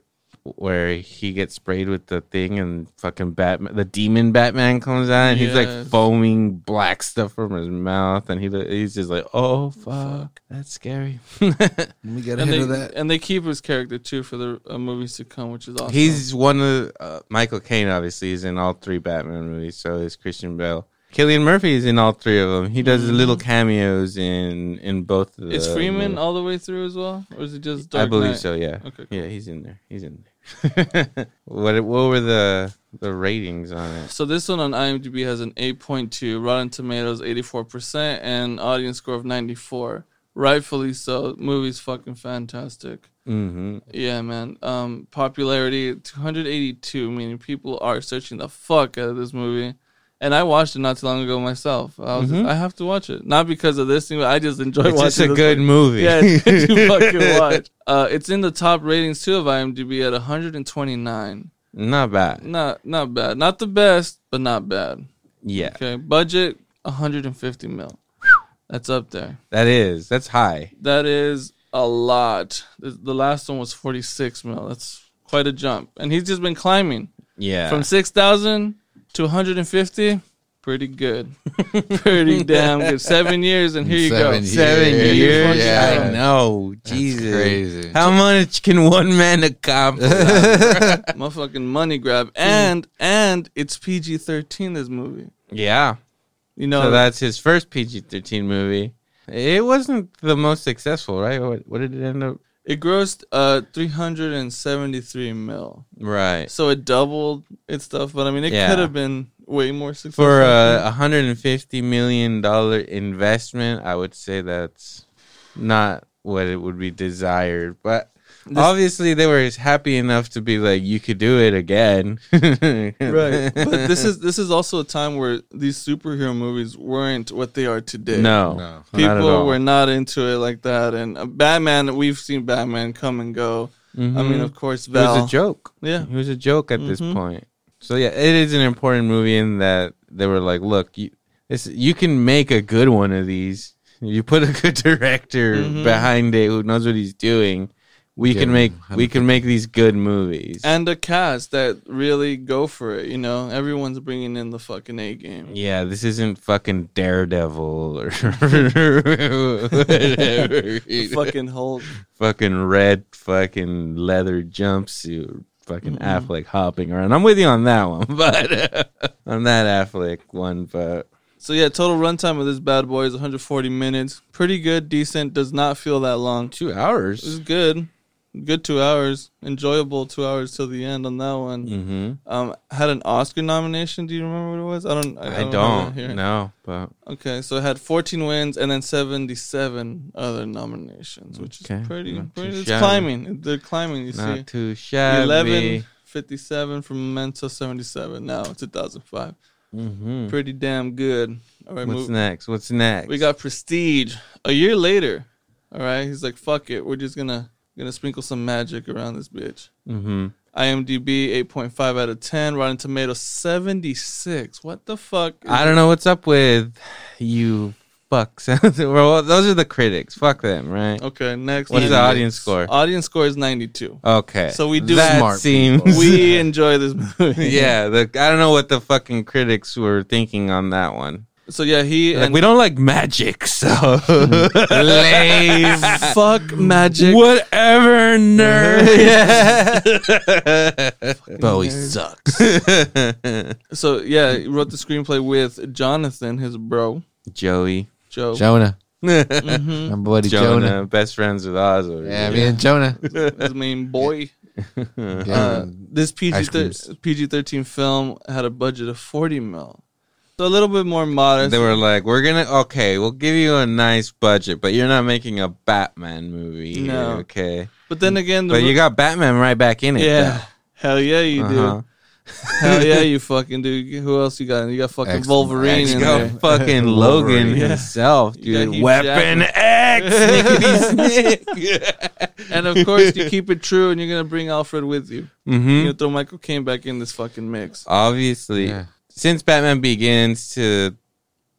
Speaker 2: where he gets sprayed with the thing and fucking Batman, the demon Batman comes out and he's like
Speaker 3: Yes.
Speaker 2: foaming black stuff from his mouth, and he lo- he's just like, oh fuck, that's scary.
Speaker 4: Let me get
Speaker 3: And they, and they keep his character too for the uh, movies to come, which is awesome.
Speaker 2: He's one of uh, Michael Caine. Obviously, is in all three Batman movies. So is Christian Bale. Killian Murphy is in all three of them. He does little cameos in in both of the.
Speaker 3: Hmm. is Freeman
Speaker 2: movies.
Speaker 3: all the way through as well, or is it just Dark
Speaker 2: I believe
Speaker 3: Knight?
Speaker 2: so. Yeah.
Speaker 3: Okay, cool.
Speaker 2: Yeah, he's in there. He's in there. what what were the the ratings on it?
Speaker 3: So this one on IMDb has an 8.2, Rotten Tomatoes 84%, and audience score of 94. Rightfully so. Movie's fucking fantastic.
Speaker 2: hmm
Speaker 3: Yeah, man. Um, popularity 282, meaning people are searching the fuck out of this movie. And I watched it not too long ago myself. I was
Speaker 2: Mhm.
Speaker 3: I have to watch it, not because of this thing, but I just enjoy
Speaker 2: It's
Speaker 3: watching.
Speaker 2: just a
Speaker 3: this
Speaker 2: good movie.
Speaker 3: Yeah, it's you fucking watch. Uh, it's in the top ratings too of IMDb at 129.
Speaker 2: Not bad.
Speaker 3: Not not bad. Not the best, but not bad.
Speaker 2: Yeah,
Speaker 3: Okay, budget 150 mil. That's up there.
Speaker 2: that is that's high.
Speaker 3: That is a lot. The, the last one was 46 mil. That's quite a jump. And he's just been climbing
Speaker 2: Yeah,
Speaker 3: from 6,000 to 150. pretty good, pretty damn good. Seven years, and here you
Speaker 4: Seven
Speaker 3: go.
Speaker 4: years.
Speaker 2: Seven years.
Speaker 4: Yeah.
Speaker 2: I know. Jesus.
Speaker 4: crazy.
Speaker 2: How much can one man accomplish?
Speaker 3: Motherfucking money grab, and and it's PG thirteen. This movie,
Speaker 2: yeah.
Speaker 3: you know,
Speaker 2: So that's his first PG 13 movie. It wasn't the most successful, right? What, what did it end up?
Speaker 3: it grossed uh three hundred and seventy three mil,
Speaker 2: Right.
Speaker 3: so it doubled its stuff. But I mean, it
Speaker 2: Yeah.
Speaker 3: could have been way more successful.
Speaker 2: For uh, a $150 million investment, I would say that's not what it would be desired. But obviously, they were happy enough to be like, you could do it again.
Speaker 3: right, but this is this is also a time where these superhero movies weren't what they are today.
Speaker 2: No.
Speaker 4: No.
Speaker 2: Not at
Speaker 3: people
Speaker 2: all.
Speaker 3: were not into it like that. And uh, Batman, we've seen Batman come and go. I
Speaker 2: Mm-hmm.
Speaker 3: mean, of course,
Speaker 2: It was
Speaker 3: Val.
Speaker 2: a joke.
Speaker 3: Yeah. Mm-hmm.
Speaker 2: It was a joke at this point. So yeah, it is an important movie in that they were like, look, you this you can make a good one of these. You put a good director
Speaker 3: Mm-hmm.
Speaker 2: behind it who knows what he's doing. We
Speaker 4: Yeah,
Speaker 2: can make we can make these good movies.
Speaker 3: And a cast that really go for it. You know, everyone's bringing in the fucking A game.
Speaker 2: yeah, this isn't fucking Daredevil or whatever.
Speaker 3: The fucking Hulk.
Speaker 2: fucking red fucking leather jumpsuit, fucking Affleck hopping around. I'm with you on that one, but on that Affleck one, but
Speaker 3: So, yeah, total runtime of this bad boy is 140 minutes. Pretty good, decent, does not feel that long.
Speaker 2: two
Speaker 3: This is
Speaker 2: hours.
Speaker 3: good. Good two hours. Enjoyable two hours till the end on that one.
Speaker 2: Mm-hmm.
Speaker 3: Um, had an Oscar nomination. Do you remember what it was? I don't.
Speaker 2: I
Speaker 3: don't have it
Speaker 2: don't
Speaker 3: here.
Speaker 2: know, but
Speaker 3: Okay, so it had 14 wins and then 77 other nominations, which
Speaker 2: Okay,
Speaker 3: is pretty.
Speaker 2: not too
Speaker 3: pretty it's
Speaker 2: shabby.
Speaker 3: climbing. They're climbing. You
Speaker 2: not
Speaker 3: see,
Speaker 2: too shabby.
Speaker 3: 11, 57 from Memento 77. Now 2005.
Speaker 2: Mm-hmm.
Speaker 3: Pretty damn good. All right,
Speaker 2: What's
Speaker 3: move.
Speaker 2: next? What's next?
Speaker 3: We got Prestige. A year later, all right. He's like, "Fuck it, we're just gonna gonna sprinkle some magic around this bitch."
Speaker 2: Mm-hmm.
Speaker 3: IMDb 8.5 out of 10. Rotten Tomatoes 76. What the fuck? is-
Speaker 2: I don't know what's up with you fucks. well, those are the critics. Fuck them, right?
Speaker 3: Okay, next.
Speaker 2: What is the
Speaker 3: Next.
Speaker 2: audience score?
Speaker 3: Audience score is 92.
Speaker 2: Okay,
Speaker 3: Oh. So we do-
Speaker 2: that
Speaker 4: Smart
Speaker 2: seems
Speaker 4: people.
Speaker 3: we enjoy this movie.
Speaker 2: yeah, the, I don't know what the fucking critics were thinking on that one.
Speaker 3: So yeah, he
Speaker 2: Like,
Speaker 3: and
Speaker 2: we don't like magic, so lame.
Speaker 3: fuck magic.
Speaker 2: Whatever, nerd.
Speaker 4: Bowie sucks.
Speaker 3: So yeah, he wrote the screenplay with Jonathan, his bro,
Speaker 2: Joey,
Speaker 3: Joe.
Speaker 4: Jonah.
Speaker 3: Mm.
Speaker 2: Jonah,
Speaker 3: Mm-hmm.
Speaker 4: My buddy Jonah.
Speaker 2: best friends with Oz. over
Speaker 4: Yeah,
Speaker 2: here.
Speaker 4: me and Jonah.
Speaker 3: his main boy. Uh,
Speaker 4: Yeah.
Speaker 3: this PG
Speaker 4: Ice creams.
Speaker 3: PG thirteen film had a budget of forty mil, so a little bit more modest.
Speaker 2: they were like, "We're gonna okay, we'll give you a nice budget, but you're not making a Batman movie, here,
Speaker 3: No.
Speaker 2: okay?
Speaker 3: but then again, the
Speaker 2: But you
Speaker 3: mo-
Speaker 2: got Batman right back in it,
Speaker 3: yeah, hell yeah, you
Speaker 2: Uh-huh.
Speaker 3: do, hell yeah, you fucking do. Who else you got? You got fucking
Speaker 4: Excellent.
Speaker 3: Wolverine
Speaker 2: He's
Speaker 3: in
Speaker 2: got
Speaker 3: there.
Speaker 2: fucking Logan
Speaker 4: Wolverine.
Speaker 2: himself,
Speaker 3: You got
Speaker 2: dude.
Speaker 3: Hugh
Speaker 2: Weapon X, snickety snick.
Speaker 3: And of course, you keep it true, and you're gonna bring Alfred with you. You're
Speaker 2: hmm Oh,
Speaker 3: gonna throw Michael Caine back in this fucking mix.
Speaker 2: Obviously,
Speaker 4: Yeah.
Speaker 2: since Batman Begins to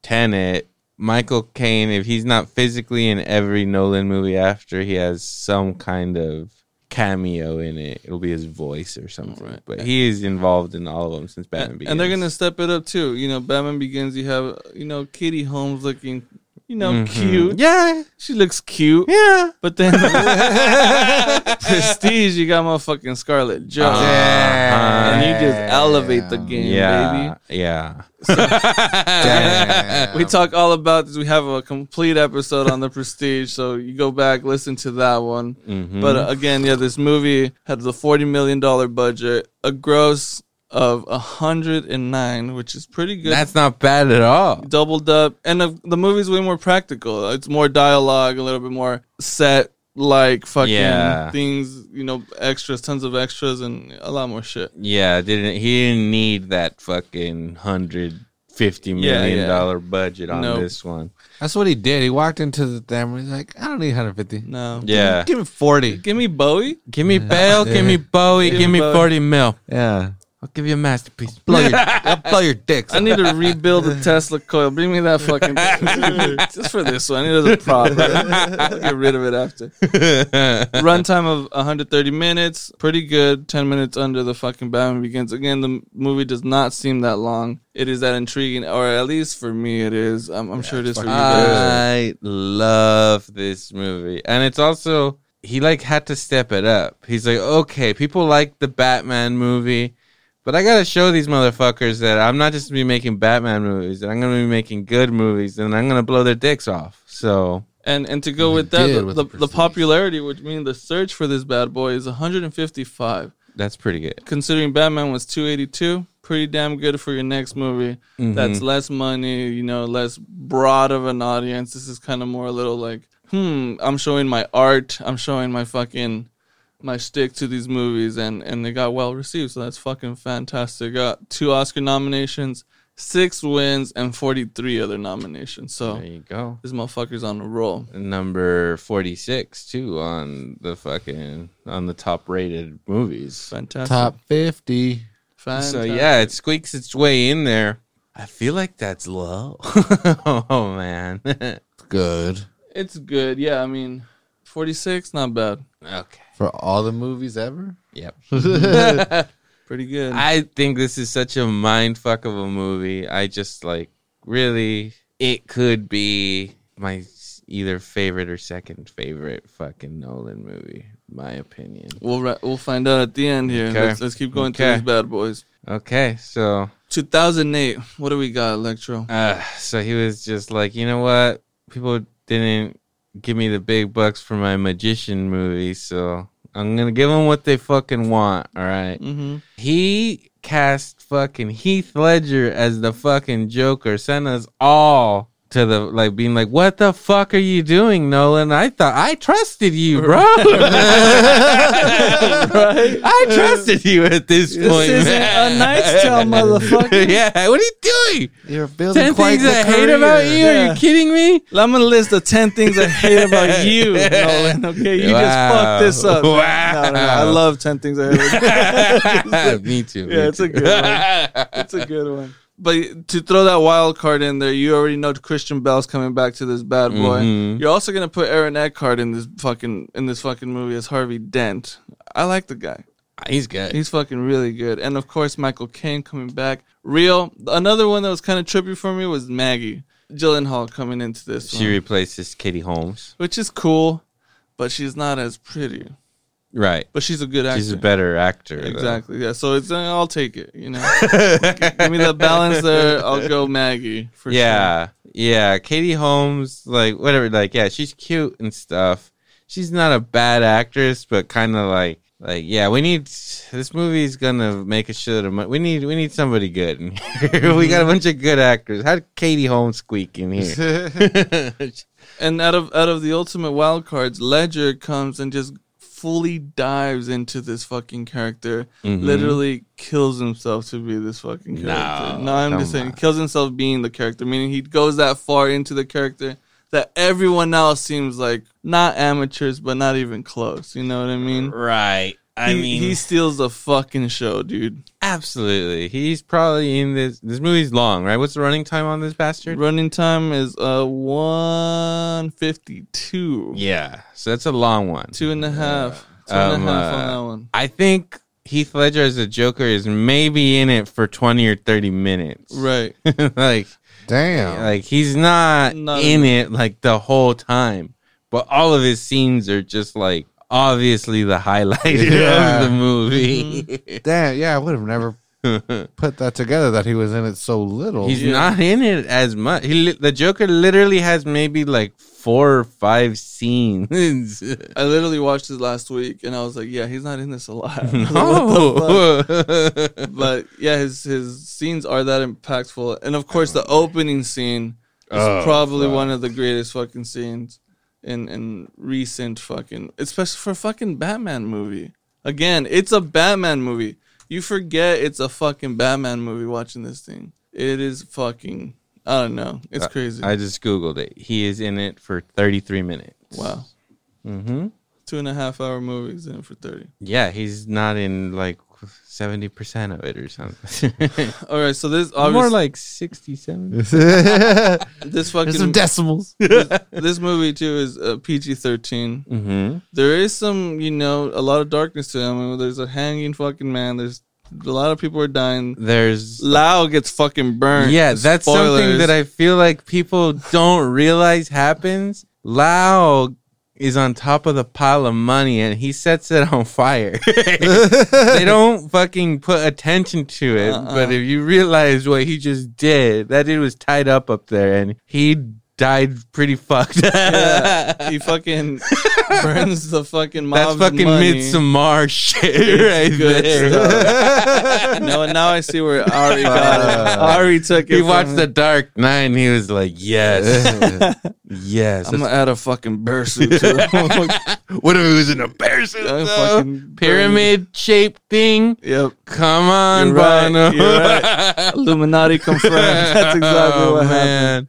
Speaker 2: Tenet, Michael Caine, if he's not physically in every Nolan movie after, he has some kind of cameo in it. It'll be his voice or something.
Speaker 3: Right.
Speaker 2: But he is involved in all of them since Batman
Speaker 3: And,
Speaker 2: Begins.
Speaker 3: and they're gonna step it up too. You know, Batman Begins. You have you know Katie Holmes looking, you know,
Speaker 2: Mhm.
Speaker 3: cute.
Speaker 2: Yeah,
Speaker 3: She looks cute.
Speaker 2: yeah.
Speaker 3: But then Prestige, you got motherfucking Scarlet Joe,
Speaker 2: Uh-huh.
Speaker 3: uh, and you just elevate the game,
Speaker 2: yeah,
Speaker 3: baby.
Speaker 2: yeah.
Speaker 4: Damn.
Speaker 3: We
Speaker 2: Um,
Speaker 3: talk all about this. We have a complete episode on the Prestige, so you go back listen to that one.
Speaker 2: Mhm.
Speaker 3: But uh, again, yeah, this movie had the forty million dollar budget, a gross of hundred and nine, which is pretty good.
Speaker 2: that's not bad at all.
Speaker 3: doubled up, and the, the movie's way more practical. It's more dialogue, a little bit more set, like fucking
Speaker 2: Yeah.
Speaker 3: things, you know, extras, tons of extras, and a lot more shit.
Speaker 2: Yeah, didn't he didn't need that fucking hundred fifty
Speaker 3: Yeah,
Speaker 2: million
Speaker 3: yeah.
Speaker 2: dollar budget on
Speaker 3: Nope.
Speaker 2: this one.
Speaker 4: That's what he did. He walked into the thing and he's like, I don't need 150.
Speaker 3: No,
Speaker 2: Yeah,
Speaker 4: Give me 40.
Speaker 3: give me Bowie.
Speaker 2: give me Bale, give me Bowie,
Speaker 3: Give
Speaker 2: give me
Speaker 3: me Bowie.
Speaker 2: forty mil.
Speaker 4: Yeah.
Speaker 2: I'll give you a masterpiece.
Speaker 4: Blow your, I'll blow your dicks.
Speaker 3: I need to rebuild the Tesla coil. Bring me that fucking just for this one. I need it as a prop. I'll get rid of it after. Runtime of 130 minutes, pretty good. 10 minutes under the fucking Batman Begins. Again, the movie does not seem that long. It is that intriguing, or at least for me, it is. I'm, I'm sure it is for you guys.
Speaker 2: I love this movie. And it's also he like had to step it up. He's like, okay, people like the Batman movie, but I gotta show these motherfuckers that I'm not just gonna be making Batman movies, that I'm gonna be making good movies, and I'm gonna blow their dicks off. So
Speaker 3: And and to go with that,
Speaker 4: did
Speaker 3: the,
Speaker 4: with
Speaker 3: the,
Speaker 4: the
Speaker 3: the popularity, which means the search for this bad boy is 155.
Speaker 2: that's pretty good.
Speaker 3: considering Batman was 282, pretty damn good for your next movie.
Speaker 2: Mm-hmm.
Speaker 3: That's less money, you know, less broad of an audience. This is kind of more a little like, hmm, I'm showing my art, I'm showing my fucking my stick to these movies, and and they got well received. So that's fucking fantastic. Got two Oscar nominations, six wins, and 43 other nominations. So
Speaker 2: There you go.
Speaker 3: this motherfucker's on a roll.
Speaker 2: Number forty six too on the fucking on the top rated movies.
Speaker 3: Fantastic.
Speaker 4: Top 50.
Speaker 3: Fantastic.
Speaker 2: So yeah, it squeaks its way in there. I feel like that's low. oh man.
Speaker 4: Good.
Speaker 3: it's good. Yeah, I mean, 46, not bad.
Speaker 2: okay.
Speaker 4: For all the movies ever?
Speaker 2: Yep.
Speaker 3: Pretty good.
Speaker 2: I think this is such a mind fuck of a movie. I just like really it could be my s- either favorite or second favorite fucking Nolan movie, my opinion.
Speaker 3: We'll ri- we'll find out at the end here.
Speaker 2: Okay.
Speaker 3: Let's, let's keep going
Speaker 2: Okay.
Speaker 3: through these bad boys.
Speaker 2: Okay, so
Speaker 3: 2008. What do we got, Electro?
Speaker 2: Uh, so he was just like, you know what? People didn't give me the big bucks for my magician movie, so I'm gonna give them what they fucking want. All right.
Speaker 3: Mm-hmm.
Speaker 2: He cast fucking Heath Ledger as the fucking Joker, sent us all to the like being like, what the fuck are you doing, Nolan? I thought I trusted you, bro. I trusted you at this point. man.
Speaker 3: nice tell, motherfucker.
Speaker 2: yeah, what are you doing?
Speaker 4: You're building
Speaker 2: Ten
Speaker 4: quite
Speaker 2: things
Speaker 4: the
Speaker 2: I hate
Speaker 4: career.
Speaker 2: about you? Are
Speaker 3: Yeah.
Speaker 2: you kidding me?
Speaker 3: I'm gonna list the ten things I hate about you, Nolan. Okay, you
Speaker 2: Wow.
Speaker 3: just fucked this up.
Speaker 2: Wow.
Speaker 3: No, no, no, I love ten things I hate. About you.
Speaker 2: me too.
Speaker 3: Yeah, it's a good one. It's a good one. But to throw that wild card in there, you already know Christian Bell's coming back to this bad boy.
Speaker 2: Mhm.
Speaker 3: You're also gonna put Aaron Eckhart in this fucking in this fucking movie as Harvey Dent. I like the guy.
Speaker 2: He's good.
Speaker 3: He's fucking really good. And of course, Michael Caine coming back. Real. Another one that was kind of trippy for me was Maggie Gyllenhaal coming into this
Speaker 2: She
Speaker 3: one,
Speaker 2: replaces Katie Holmes.
Speaker 3: which is cool, but she's not as pretty.
Speaker 2: Right.
Speaker 3: But she's a good actor.
Speaker 2: She's a better actor. though.
Speaker 3: Exactly. Yeah. So it's. uh, I'll take it. You know. Give me the balance there. I'll go Maggie for sure.
Speaker 2: Yeah. Yeah. Katie Holmes, like, whatever. Like, yeah, she's cute and stuff. She's not a bad actress, but kind of like, like, yeah, we need this movie's gonna make a shit of money. We need, we need somebody good in here. we got a bunch of good actors. How did Katie Holmes squeak in here?
Speaker 3: And out of out of the ultimate wild cards, Ledger comes and just fully dives into this fucking character.
Speaker 2: Mm-hmm.
Speaker 3: Literally kills himself to be this fucking character.
Speaker 2: No,
Speaker 3: No, I'm
Speaker 2: come
Speaker 3: just saying
Speaker 2: on.
Speaker 3: kills himself being the character, meaning he goes that far into the character that everyone else seems like not amateurs, but not even close. You know what I mean?
Speaker 2: Right. I
Speaker 3: he, he steals the fucking show, dude.
Speaker 2: Absolutely. He's probably in this. This movie's long, right? What's the running time on this bastard?
Speaker 3: Running time is uh one fifty two.
Speaker 2: Yeah. So that's a long one.
Speaker 3: Two and a half. Two and a
Speaker 2: Um,
Speaker 3: half on
Speaker 2: uh,
Speaker 3: that one.
Speaker 2: I think Heath Ledger as a Joker is maybe in it for 20 or 30 minutes.
Speaker 3: Right.
Speaker 2: like,
Speaker 4: Damn.
Speaker 2: like he's not
Speaker 3: Not
Speaker 2: in it like the whole time, but all of his scenes are just like obviously the highlight
Speaker 4: Yeah.
Speaker 2: of the movie.
Speaker 4: Damn. Yeah, I would have never
Speaker 3: Mm-hmm.
Speaker 4: put that together that he was in it so little.
Speaker 2: He's not in it as much. He, li- the Joker literally has maybe like four or five scenes.
Speaker 3: I literally watched this last week and I was like, yeah, he's not in this a lot.
Speaker 2: Oh,
Speaker 3: but yeah, his his scenes are that impactful, and of course, the opening scene is
Speaker 2: Oh,
Speaker 3: probably one of the greatest fucking scenes in in recent fucking, especially for a fucking Batman movie. Again, it's a Batman movie. You forget it's a fucking Batman movie watching this thing. It is fucking. I don't know. It's crazy.
Speaker 2: Uh, I just googled it. He is in it for 33 minutes.
Speaker 3: wow.
Speaker 2: hmm
Speaker 3: Two and a half hour movies in for thirty.
Speaker 2: Yeah, he's not in like seventy percent of it or something.
Speaker 3: All right, so this
Speaker 2: More
Speaker 3: obviously
Speaker 2: like 60, 70.
Speaker 4: There's
Speaker 3: this fucking
Speaker 4: some decimals.
Speaker 3: this movie too is uh, PG thirteen.
Speaker 2: Mm-hmm.
Speaker 3: There is some, you know, a lot of darkness to him. I mean, there's a hanging fucking man. There's a lot of people are dying.
Speaker 2: There's
Speaker 3: Lao gets fucking burned.
Speaker 2: yeah, that's something that I feel like people don't realize happens. Lao is on top of the pile of money and he sets it on fire. they don't fucking put attention to it,
Speaker 3: Uh-uh.
Speaker 2: but if you realize what he just did, that dude was tied up up there and he died pretty fucked.
Speaker 3: Yeah, he fucking burns the fucking
Speaker 2: That's
Speaker 3: mob's
Speaker 2: fucking
Speaker 3: money.
Speaker 2: Midsommar shit right
Speaker 3: good
Speaker 2: there.
Speaker 3: No, and now I see where Ari got it.
Speaker 2: Uh,
Speaker 3: Ari took it.
Speaker 2: He
Speaker 3: from
Speaker 2: watched
Speaker 3: him.
Speaker 2: The Dark Knight and he was like, yes. yes.
Speaker 3: I'm gonna add a fucking bear suit to it.
Speaker 2: What if it was in a bear suit?
Speaker 3: I
Speaker 2: though?
Speaker 3: fucking-
Speaker 2: Pyramid shaped thing.
Speaker 3: Yep.
Speaker 2: Come on,
Speaker 3: You're right,
Speaker 2: Bono.
Speaker 3: you're Illuminati confirmed. That's exactly
Speaker 2: Oh,
Speaker 3: what happened.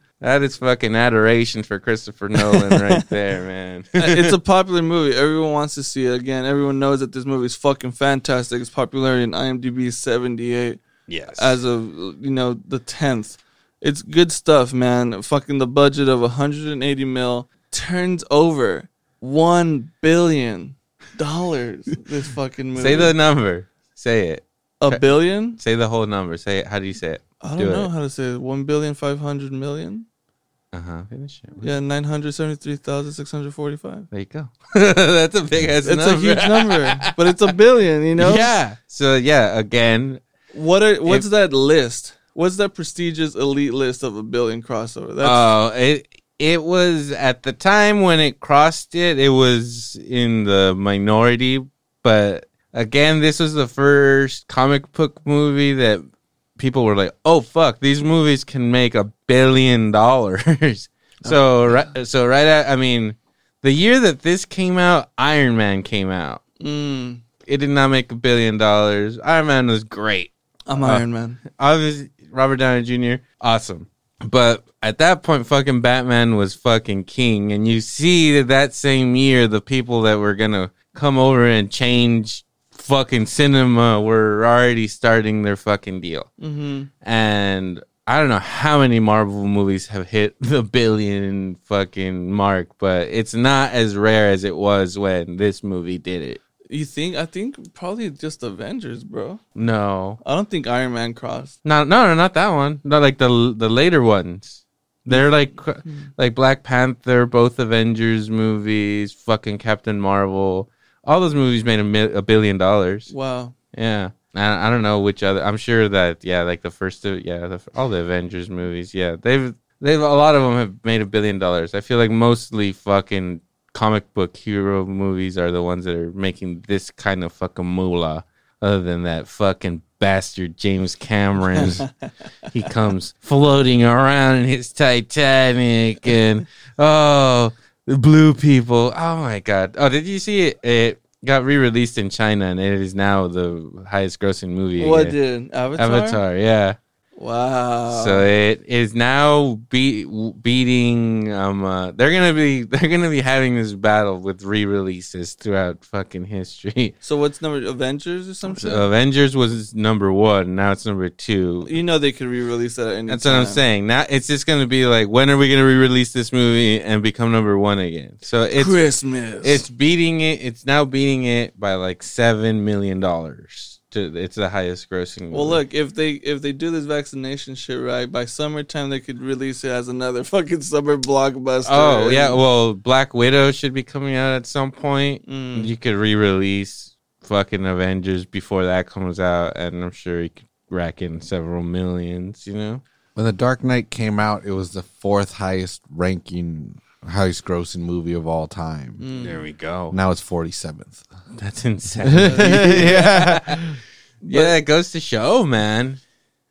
Speaker 2: man. That is fucking adoration for Christopher Nolan right there, man.
Speaker 3: Uh, It's a popular movie. Everyone wants to see it again. Everyone knows that this movie is fucking fantastic. Its popularity in IMDb is 78
Speaker 2: yes.
Speaker 3: as of, you know, the 10th. It's good stuff, man. Fucking the budget of 180 mil turns over 1 billion dollars this fucking movie.
Speaker 2: Say the number. Say it.
Speaker 3: a billion?
Speaker 2: Say the whole number. Say it. How do you say it?
Speaker 3: I don't
Speaker 2: Do
Speaker 3: know
Speaker 2: it.
Speaker 3: how to say it. 1 billion 500 million?
Speaker 2: Uh huh. Finish it.
Speaker 3: Yeah, 973,645.
Speaker 2: There you go. That's a big ass
Speaker 3: It's
Speaker 2: number.
Speaker 3: a huge number, but it's a billion, you know?
Speaker 2: Yeah. So yeah, again,
Speaker 3: What are what's
Speaker 2: If-
Speaker 3: that list? What's that prestigious elite list of a billion crossover? That's
Speaker 2: oh, it it was at the time when it crossed it, it was in the minority, but again, this was the first comic book movie that people were like, "Oh fuck, these movies can make a billion dollars." so
Speaker 3: Oh,
Speaker 2: right, so right at, I mean, the year that this came out, Iron Man came out.
Speaker 3: mm,
Speaker 2: It did not make a billion dollars. Iron Man was great.
Speaker 3: I'm Iron Man.
Speaker 2: obviously Robert Downey Jr. awesome, but at that point, fucking Batman was fucking king, and you see that that same year, the people that were gonna come over and change fucking cinema were already starting their fucking deal,
Speaker 3: hmm
Speaker 2: and. I don't know how many Marvel movies have hit the billion fucking mark, but it's not as rare as it was when this movie did it.
Speaker 3: You think? I think probably just Avengers, bro.
Speaker 2: No,
Speaker 3: I don't think Iron Man crossed.
Speaker 2: No, no, no, not that one. No, like the the later ones. They're like cr- like Black Panther, both Avengers movies, fucking Captain Marvel. All those movies made a, mi- a billion dollars.
Speaker 3: Wow.
Speaker 2: Yeah, I, I don't know which other. I'm sure that yeah, like the first, of, yeah, the, all the Avengers movies. Yeah, they've they've a lot of them have made a billion dollars. I feel like mostly fucking comic book hero movies are the ones that are making this kind of fucking moolah. Other than that fucking bastard James Cameron, he comes floating around in his Titanic and oh, the blue people. Oh my god. Oh, did you see it? It got re-released in China and it is now the highest grossing movie.
Speaker 3: What
Speaker 2: again.
Speaker 3: did Avatar?
Speaker 2: Avatar, yeah.
Speaker 3: Wow.
Speaker 2: So it is now be- beating. Um, uh, they're gonna be they're gonna be having this battle with re-releases throughout fucking history.
Speaker 3: So what's number Avengers or something?
Speaker 2: So Avengers was number one, now it's number two.
Speaker 3: you know they could re-release that at any
Speaker 2: That's what I'm
Speaker 3: time.
Speaker 2: saying. Now it's just gonna be like, when are we gonna re-release this movie and become number one again? So it's
Speaker 3: Christmas.
Speaker 2: it's beating it. It's now beating it by like seven million dollars. To it's the highest grossing. Movie.
Speaker 3: Well, look if they if they do this vaccination shit right, by summertime they could release it as another fucking summer blockbuster.
Speaker 2: Oh
Speaker 3: and-
Speaker 2: yeah, well, Black Widow should be coming out at some point.
Speaker 3: Mm.
Speaker 2: You could re-release fucking Avengers before that comes out, and I'm sure you could rack in several millions. You know,
Speaker 4: When The Dark Knight came out, it was the fourth highest ranking, highest grossing movie of all time.
Speaker 3: Mm.
Speaker 2: there we go.
Speaker 4: Now it's 47th.
Speaker 2: That's insane.
Speaker 4: yeah.
Speaker 2: yeah, it goes to show, man.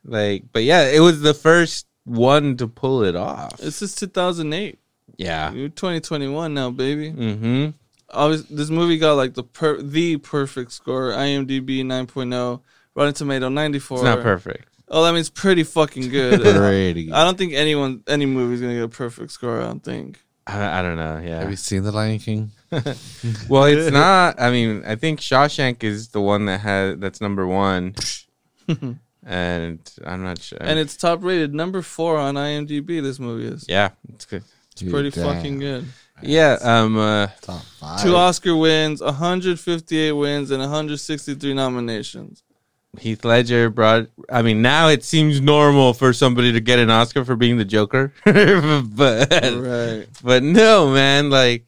Speaker 2: Like, but yeah, it was the first one to pull it off.
Speaker 3: This is 2008.
Speaker 2: Yeah.
Speaker 3: You're 2021 now, baby.
Speaker 2: Mm-hmm.
Speaker 3: Obviously, this movie got like the per- the perfect score. IMDb 9.0, oh, Rotten Tomato 94.
Speaker 2: It's not perfect.
Speaker 3: Oh, that means pretty fucking good.
Speaker 4: Pretty.
Speaker 3: I don't think anyone any movie's gonna get a perfect score. I don't think.
Speaker 2: I, I don't know. Yeah.
Speaker 4: Have you seen The Lion King?
Speaker 2: Well, it's not. I mean, I think Shawshank is the one that has that's number one, and I'm not sure.
Speaker 3: and it's top rated number four on IMDb. This movie is.
Speaker 2: yeah, it's good.
Speaker 3: It's pretty fucking good.
Speaker 2: Yeah, um, uh,
Speaker 4: Top five.
Speaker 3: Two Oscar wins, 158 wins, and 163 nominations.
Speaker 2: Heath Ledger brought. I mean, now it seems normal for somebody to get an Oscar for being the Joker, but
Speaker 3: Right.
Speaker 2: but no, man, like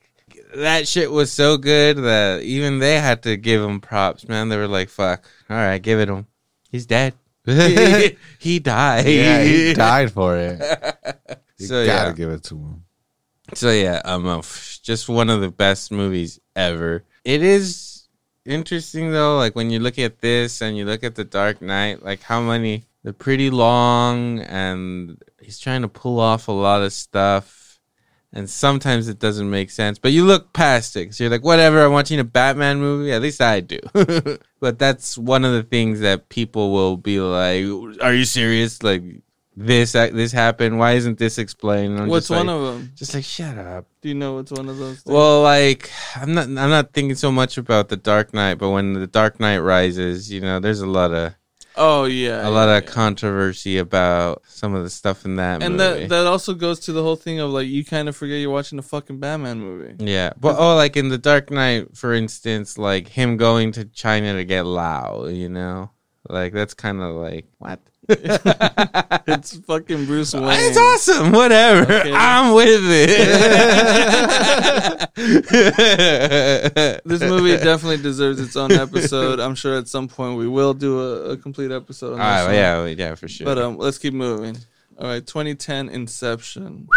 Speaker 2: that shit was so good that even they had to give him props. Man, they were like, "Fuck, all right, give it him. He's dead. he died.
Speaker 4: Yeah, he died for it. You
Speaker 2: So,
Speaker 4: gotta
Speaker 2: yeah.
Speaker 4: give it to him.
Speaker 2: So yeah, um, uh, pff, just one of the best movies ever. It is interesting though, like when you look at this and you look at the Dark Knight, like how many they're pretty long, and he's trying to pull off a lot of stuff, and sometimes it doesn't make sense. But you look past it, so you're like, whatever. I'm watching a Batman movie. At least I do. but that's one of the things that people will be like, "Are you serious?" Like. This this happened. Why isn't this explained? And I'm just
Speaker 3: What's
Speaker 2: like-
Speaker 3: one of them?
Speaker 2: just like shut up.
Speaker 3: Do you know what's one of those? Things?
Speaker 2: Well, like I'm not I'm not thinking so much about the Dark Knight, but when the Dark Knight rises, you know, there's a lot of
Speaker 3: oh
Speaker 2: a
Speaker 3: yeah,
Speaker 2: lot
Speaker 3: yeah,
Speaker 2: of controversy about some of the stuff in that
Speaker 3: yeah. and
Speaker 2: movie.
Speaker 3: that that also goes to the whole thing of like you kind of forget you're watching a fucking Batman movie.
Speaker 2: yeah, but oh, like in the Dark Knight, for instance, like him going to China to get Lao, you know, like that's kind of like what?
Speaker 3: It's fucking Bruce Wayne.
Speaker 2: It's awesome. Whatever.
Speaker 3: Okay.
Speaker 2: I'm with it.
Speaker 3: This movie definitely deserves its own episode. I'm sure at some point we will do a, a complete episode on this.
Speaker 2: Ah,
Speaker 3: one.
Speaker 2: yeah, yeah, for sure.
Speaker 3: But um, let's keep moving. All right, 2010 Inception.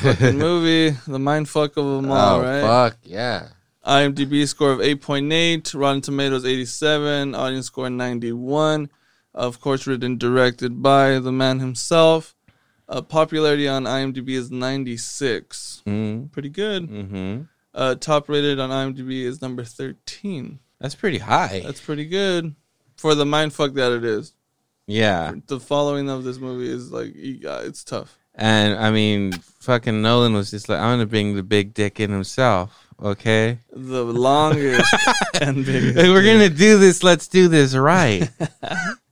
Speaker 3: fucking movie, the mind fuck of them all,
Speaker 4: oh
Speaker 3: right?
Speaker 4: fuck yeah!
Speaker 3: IMDb score of 8.8, Rotten Tomatoes 87, audience score 91. Of course, written and directed by the man himself. Uh, popularity on IMDb is 96. Pretty good.
Speaker 2: mm-hmm.
Speaker 3: Uh, top rated on IMDb is number 13.
Speaker 2: That's pretty high.
Speaker 3: That's pretty good for the mind fuck that it is.
Speaker 2: yeah.
Speaker 3: The following of this movie is like, e- uh, it's tough.
Speaker 2: And I mean, fucking Nolan was just like, I'm going to bring the big dick in himself. Okay.
Speaker 3: The longest and biggest.
Speaker 2: Like, we're going to do this. Let's do this right.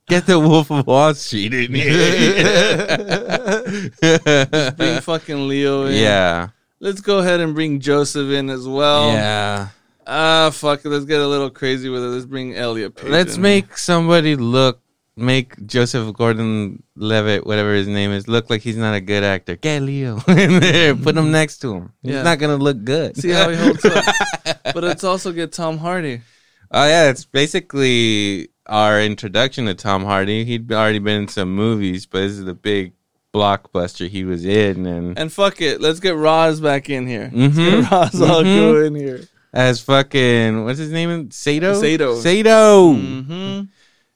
Speaker 2: Get the Wolf of Wall Street in here.
Speaker 3: Bring fucking Leo in.
Speaker 2: yeah.
Speaker 3: Let's go ahead and bring Joseph in as well.
Speaker 2: Yeah.
Speaker 3: Ah, fuck it. Let's get a little crazy with it. Let's bring Elliot. Page
Speaker 2: Let's
Speaker 3: in.
Speaker 2: make somebody look, make Joseph Gordon Levitt, whatever his name is, look like he's not a good actor. Get Leo in there. Put him next to him. He's
Speaker 3: Yeah.
Speaker 2: not going to look good.
Speaker 3: see how he holds up. but let's also get Tom Hardy.
Speaker 2: Oh yeah, it's basically our introduction to Tom Hardy. He'd already been in some movies, but this is the big blockbuster he was in, and
Speaker 3: And fuck it. Let's get Roz back in here. Let's
Speaker 2: Mhm.
Speaker 3: get Roz all
Speaker 2: Mhm.
Speaker 3: go in here.
Speaker 2: as fucking what's his name? Sato.
Speaker 3: Sato.
Speaker 2: Sato.
Speaker 3: Mm-hmm.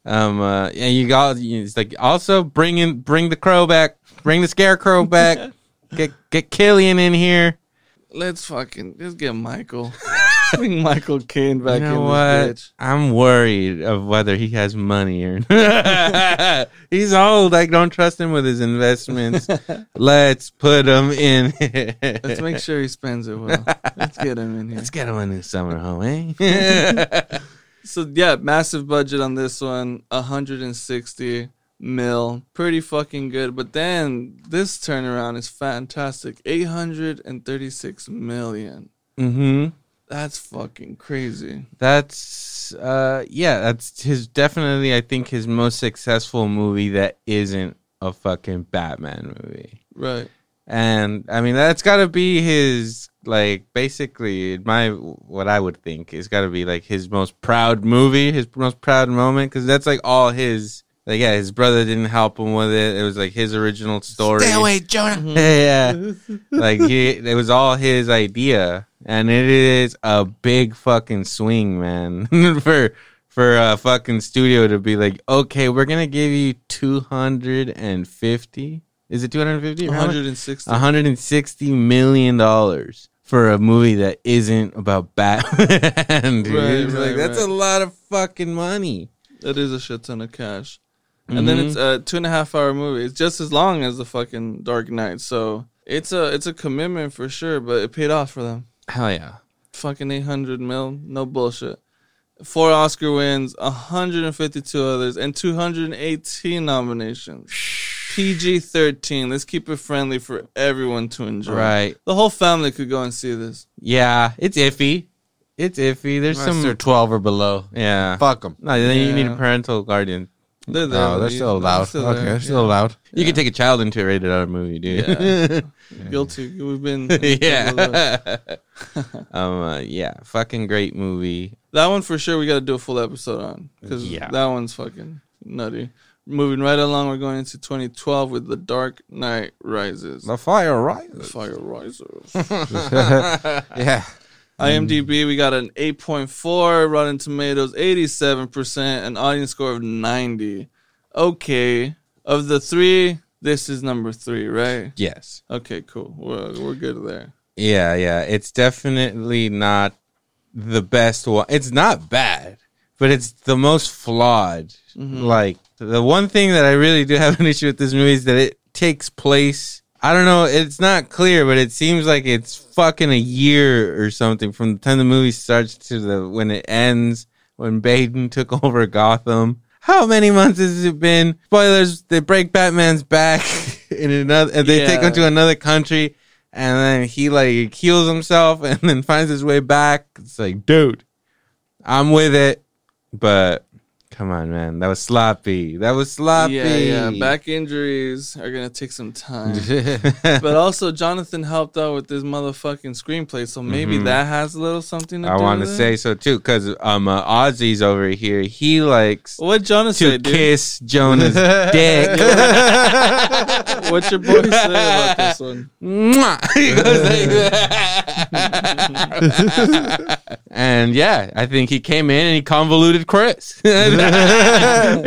Speaker 2: Um. Uh, and you got it's like also bring in bring the crow back, bring the scarecrow back, get get Killian in here.
Speaker 3: Let's fucking let's get Michael. Let's bring Michael Caine back
Speaker 2: you know
Speaker 3: in
Speaker 2: what?
Speaker 3: this bitch.
Speaker 2: I'm worried of whether he has money or not. He's old. I don't trust him with his investments. Let's put him in.
Speaker 3: Let's make sure he spends it well. Let's get him in here.
Speaker 2: Let's get him a new summer home, eh?
Speaker 3: So yeah, massive budget on this one, 160 mil. Pretty fucking good. But then this turnaround is fantastic. 836 million.
Speaker 2: mm-hmm.
Speaker 3: That's fucking crazy.
Speaker 2: That's uh, yeah. That's his definitely. I think his most successful movie that isn't a fucking Batman movie.
Speaker 3: Right.
Speaker 2: and I mean that's got to be his like basically my what I would think is got to be like his most proud movie, his most proud moment because that's like all his. Like yeah, his brother didn't help him with it. It was like his original story. Stay away, Jonah. yeah, like he, it was all his idea, and it is a big fucking swing, man, for for a fucking studio to be like, okay, we're gonna give you two hundred and fifty. Is it two hundred and fifty?
Speaker 3: 160.
Speaker 2: Uh-huh. 160 million dollars for a movie that isn't about Batman. Dude.
Speaker 3: Right,
Speaker 2: It's
Speaker 3: right,
Speaker 2: like that's
Speaker 3: right.
Speaker 2: a lot of fucking money.
Speaker 3: That is a shit ton of cash. And then it's a two and a half hour movie. It's just as long as the fucking Dark Knight. So it's a it's a commitment for sure. But it paid off for them.
Speaker 2: Hell yeah.
Speaker 3: fucking 800 mil. No bullshit. Four Oscar wins, 152 others, and 218 nominations. PG 13. Let's keep it friendly for everyone to enjoy.
Speaker 2: Right.
Speaker 3: The whole family could go and see this.
Speaker 2: Yeah, it's iffy. It's iffy. There's
Speaker 4: Unless they're
Speaker 2: some.
Speaker 4: twelve or below.
Speaker 2: Yeah.
Speaker 4: Fuck them.
Speaker 2: No, then you need
Speaker 3: Yeah.
Speaker 2: a parental guardian.
Speaker 3: They're there.
Speaker 4: No, Oh, they're still allowed. okay,
Speaker 3: there.
Speaker 4: they're still allowed.
Speaker 2: You can take a child into a rated R movie, dude.
Speaker 3: Yeah. Guilty. We've been.
Speaker 2: Yeah. um. uh, yeah. Fucking great movie.
Speaker 3: That one for sure we got to do a full episode on because
Speaker 2: Yeah.
Speaker 3: that one's fucking nutty. Moving right along, we're going into 2012 with The Dark Knight Rises.
Speaker 2: The Fire Right.
Speaker 3: The Fire Rises.
Speaker 4: Yeah,
Speaker 2: Uh,
Speaker 3: IMDb, we got an 8.4, Rotten Tomatoes 87%, an audience score of 90. Okay, of the three, this is number three, right?
Speaker 2: Yes.
Speaker 3: Okay, cool. We're, we're good there.
Speaker 2: Yeah. Yeah. It's definitely not the best one. It's not bad, but it's the most flawed. Like the one thing that I really do have an issue with this movie is that it takes place. I don't know. It's not clear, but it seems like it's fucking a year or something from the time the movie starts to the when it ends. When Baden took over Gotham, how many months has it been? Spoilers: They break Batman's back in another. And they take
Speaker 3: Yeah.
Speaker 2: him to another country, and then he like heals himself, and then finds his way back. It's like, dude, I'm with it, but come on, man, that was sloppy. That was sloppy.
Speaker 3: Yeah, yeah. Back injuries are going to take some time.
Speaker 2: I
Speaker 3: but also, Jonathan helped out with this motherfucking screenplay, so maybe
Speaker 2: Mhm.
Speaker 3: that has a little something to do
Speaker 2: want to
Speaker 3: with it.
Speaker 2: say so too, because um, uh, Ozzy's over here. He likes
Speaker 3: What Jonah
Speaker 2: to
Speaker 3: said, dude?
Speaker 2: kiss Jonah's dick.
Speaker 3: What your boy said about this one?
Speaker 2: Mwah! He goes like that. and yeah, I think he came in and he convoluted Chris. he got him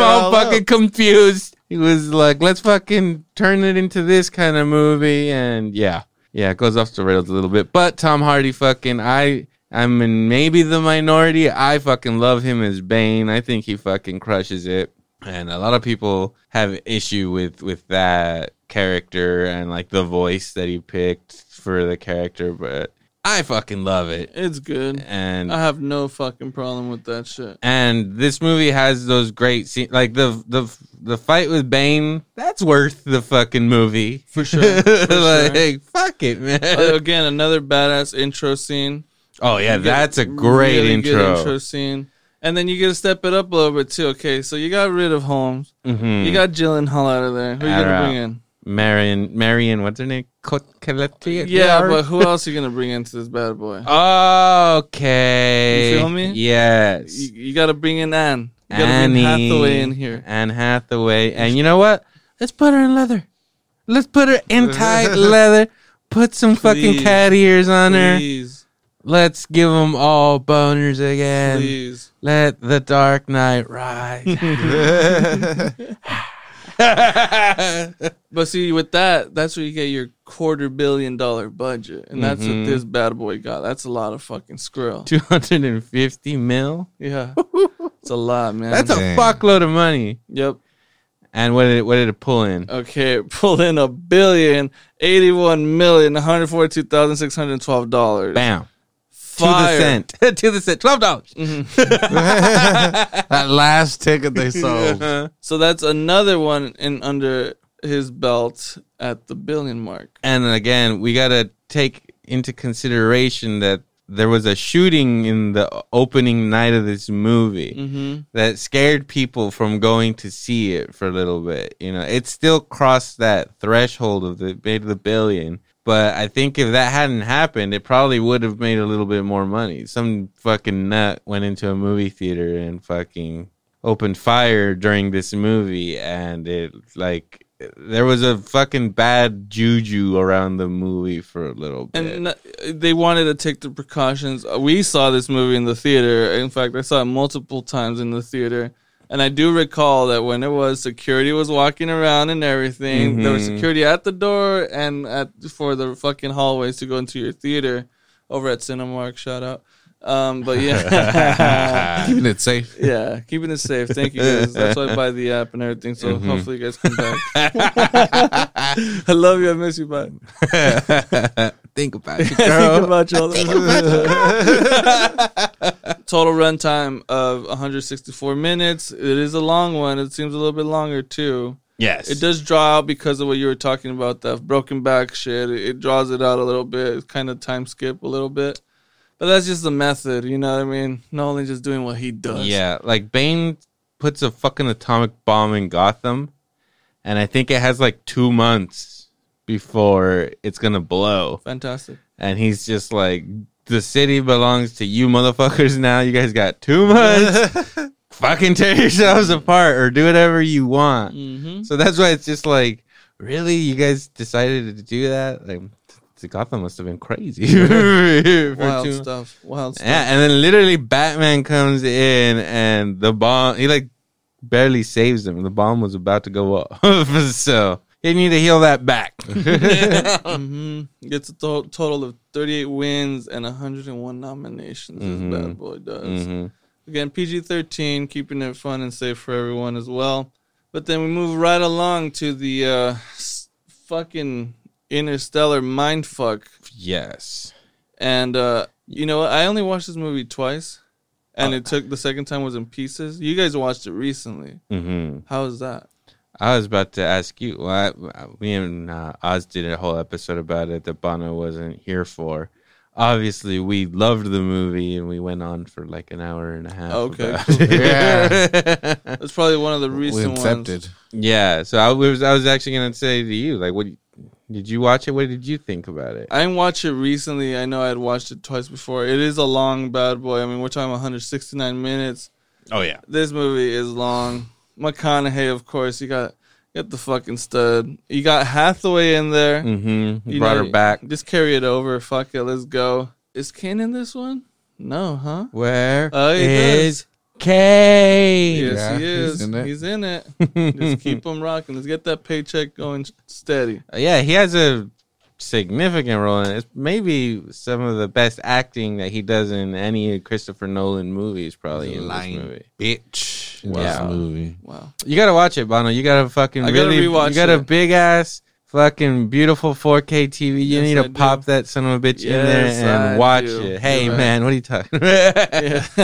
Speaker 2: all
Speaker 4: all up.
Speaker 2: fucking confused. He was like, let's fucking turn it into this kind of movie. And yeah, yeah, it goes off the rails a little bit. But Tom Hardy fucking, I. I'm in maybe the minority. I fucking love him as Bane. I think he fucking crushes it and a lot of people have issue with with that character and like the voice that he picked for the character but i fucking love it
Speaker 3: It's good.
Speaker 2: and
Speaker 3: I have no fucking problem with that shit.
Speaker 2: and this movie has those great scenes like the the the fight with bane that's worth the fucking movie
Speaker 3: For sure. For
Speaker 2: like
Speaker 3: sure.
Speaker 2: fuck it
Speaker 3: Uh,
Speaker 2: man
Speaker 3: Again, another badass intro scene.
Speaker 2: oh yeah
Speaker 3: You get
Speaker 2: that's a great
Speaker 3: really good
Speaker 2: intro,
Speaker 3: intro scene. And then you get to step it up a little bit too. Okay, so you got rid of Holmes.
Speaker 2: Mhm.
Speaker 3: You got Gyllenhaal out of there. Who you gonna
Speaker 2: Alright.
Speaker 3: bring in?
Speaker 2: marion marion what's her name Kotkeletti?
Speaker 3: Yeah, but who else you gonna bring into this bad boy?
Speaker 2: Uh, Okay.
Speaker 3: You feel me?
Speaker 2: Yes.
Speaker 3: You, you gotta bring in Anne. You gotta
Speaker 2: Annie.
Speaker 3: bring Hathaway in here.
Speaker 2: Anne Hathaway. And you know what? Let's put her in leather. Let's put her in tight leather. Put some
Speaker 3: Please.
Speaker 2: fucking cat ears on her.
Speaker 3: Please,
Speaker 2: Let's give them all boners again.
Speaker 3: please.
Speaker 2: Let the dark night rise.
Speaker 3: But see, with that, that's where you get your quarter billion dollar budget, and that's
Speaker 2: Mhm.
Speaker 3: what this bad boy got. That's a lot of fucking squirrel.
Speaker 2: 250 mil?
Speaker 3: Yeah, it's a lot, man.
Speaker 2: That's a
Speaker 4: Dang.
Speaker 2: fuckload of money. Uh,
Speaker 3: yep.
Speaker 2: And what did it, what did it pull in?
Speaker 3: Okay, pull in a billion, eighty-one million, one hundred forty-two thousand six hundred twelve dollars.
Speaker 2: Bam. To
Speaker 3: Fire.
Speaker 2: the cent. to the cent. Twelve dollars.
Speaker 4: Mm-hmm. that last ticket they sold.
Speaker 3: So that's another one in under his belt at the billion mark.
Speaker 2: and again, we got to take into consideration that there was a shooting in the opening night of this movie
Speaker 3: Mm-hmm.
Speaker 2: that scared people from going to see it for a little bit. You know, it still crossed that threshold of the made the billion. But I think if that hadn't happened, it probably would have made a little bit more money. Some fucking nut went into a movie theater and fucking opened fire during this movie, and it like there was a fucking bad juju around the movie for a little bit.
Speaker 3: And n- they wanted to take the precautions. Uh, We saw this movie in the theater. In fact, I saw it multiple times in the theater. And I do recall that when it was security was walking around and everything, there was
Speaker 2: Mhm.
Speaker 3: security at the door and at for the fucking hallways to go into your theater over at Cinemark. Shout out. Um, but yeah,
Speaker 4: Keeping it safe.
Speaker 3: yeah, keeping it safe. Thank you guys. That's why I buy the app and everything. So hopefully you guys come back. I love you. I miss you. Bye.
Speaker 2: think about you,
Speaker 3: think
Speaker 2: girl.
Speaker 3: about you all the Total runtime of 164 minutes. It is a long one. It seems a little bit longer too.
Speaker 2: yes,
Speaker 3: It does draw out because of what you were talking about, that broken back shit. It, it draws it out a little bit. It's kind of time skip a little bit. But that's just the method, you know what I mean? Nolan just doing what he does.
Speaker 2: Yeah, like Bane puts a fucking atomic bomb in Gotham, and I think it has like two months before it's gonna blow.
Speaker 3: Fantastic.
Speaker 2: And he's just like, "The city belongs to you, motherfuckers. Now you guys got two months. fucking tear yourselves apart or do whatever you want."
Speaker 3: Mm-hmm.
Speaker 2: So that's why it's just like, really, you guys decided to do that? Like, the Gotham must have been crazy. For
Speaker 3: Wild
Speaker 2: two-
Speaker 3: stuff. Wild stuff.
Speaker 2: yeah, and then literally Batman comes in and the bomb he like barely saves him. The bomb was about to go off. so he need to heal that back. Mm-hmm.
Speaker 3: hmm Gets a to- total of 38 wins and 101 nominations.
Speaker 2: Mhm.
Speaker 3: This bad boy does.
Speaker 2: Mhm.
Speaker 3: Again, PG 13, keeping it fun and safe for everyone as well. But then we move right along to the uh, s- fucking interstellar mindfuck.
Speaker 2: Yes.
Speaker 3: And, uh, you know, what? I only watched this movie twice. And
Speaker 4: Uh,
Speaker 3: it took the second time was in pieces. You guys watched it recently.
Speaker 2: hmm
Speaker 3: How is that?
Speaker 2: I was about to ask you. Well, I, me and uh, Oz did a whole episode about it that Bono wasn't here for. Obviously, we loved the movie and we went on for like an hour and a half.
Speaker 3: Okay,
Speaker 2: about
Speaker 3: cool.
Speaker 2: it.
Speaker 3: That's probably one of the
Speaker 4: We
Speaker 3: recent ones.
Speaker 4: incepted.
Speaker 2: Yeah, so I was I was actually gonna say to you, like, what did you watch it? What did you think about it?
Speaker 3: I didn't watch it recently. I know I had watched it twice before. It is a long bad boy. I mean, we're talking 169 minutes.
Speaker 2: Oh yeah,
Speaker 3: This movie is long. McConaughey, of course, you got you got the fucking stud. You got Hathaway in there.
Speaker 2: mm-hmm.
Speaker 3: You
Speaker 2: brought
Speaker 3: know,
Speaker 2: her back.
Speaker 3: Just carry it over. Fuck it. Let's go. Is Kane in this one? No, huh?
Speaker 2: Where
Speaker 3: Oh, he
Speaker 2: is Kane?
Speaker 3: Yes,
Speaker 4: Yeah,
Speaker 3: he
Speaker 4: he's
Speaker 3: is.
Speaker 4: in it.
Speaker 3: He's in it. Just keep him rocking. Let's get that paycheck going steady.
Speaker 2: Yeah, he has a significant role in it. It's maybe some of the best acting that he does in any Christopher Nolan movies. Probably in
Speaker 4: Lying
Speaker 2: this movie.
Speaker 4: Bitch. in
Speaker 2: Yeah.
Speaker 4: This movie.
Speaker 3: Wow.
Speaker 2: You gotta watch it, Bono. You gotta fucking
Speaker 3: I gotta
Speaker 2: really.
Speaker 3: rewatch
Speaker 2: you got a
Speaker 3: it.
Speaker 2: big ass fucking beautiful 4K TV. You
Speaker 3: Yes,
Speaker 2: need to
Speaker 3: I do.
Speaker 2: pop that son of a bitch in there
Speaker 3: Yes,
Speaker 2: and
Speaker 3: I
Speaker 2: watch
Speaker 3: do.
Speaker 2: it. Hey
Speaker 3: You're right.
Speaker 2: man, what are you talking? about?
Speaker 3: Yeah.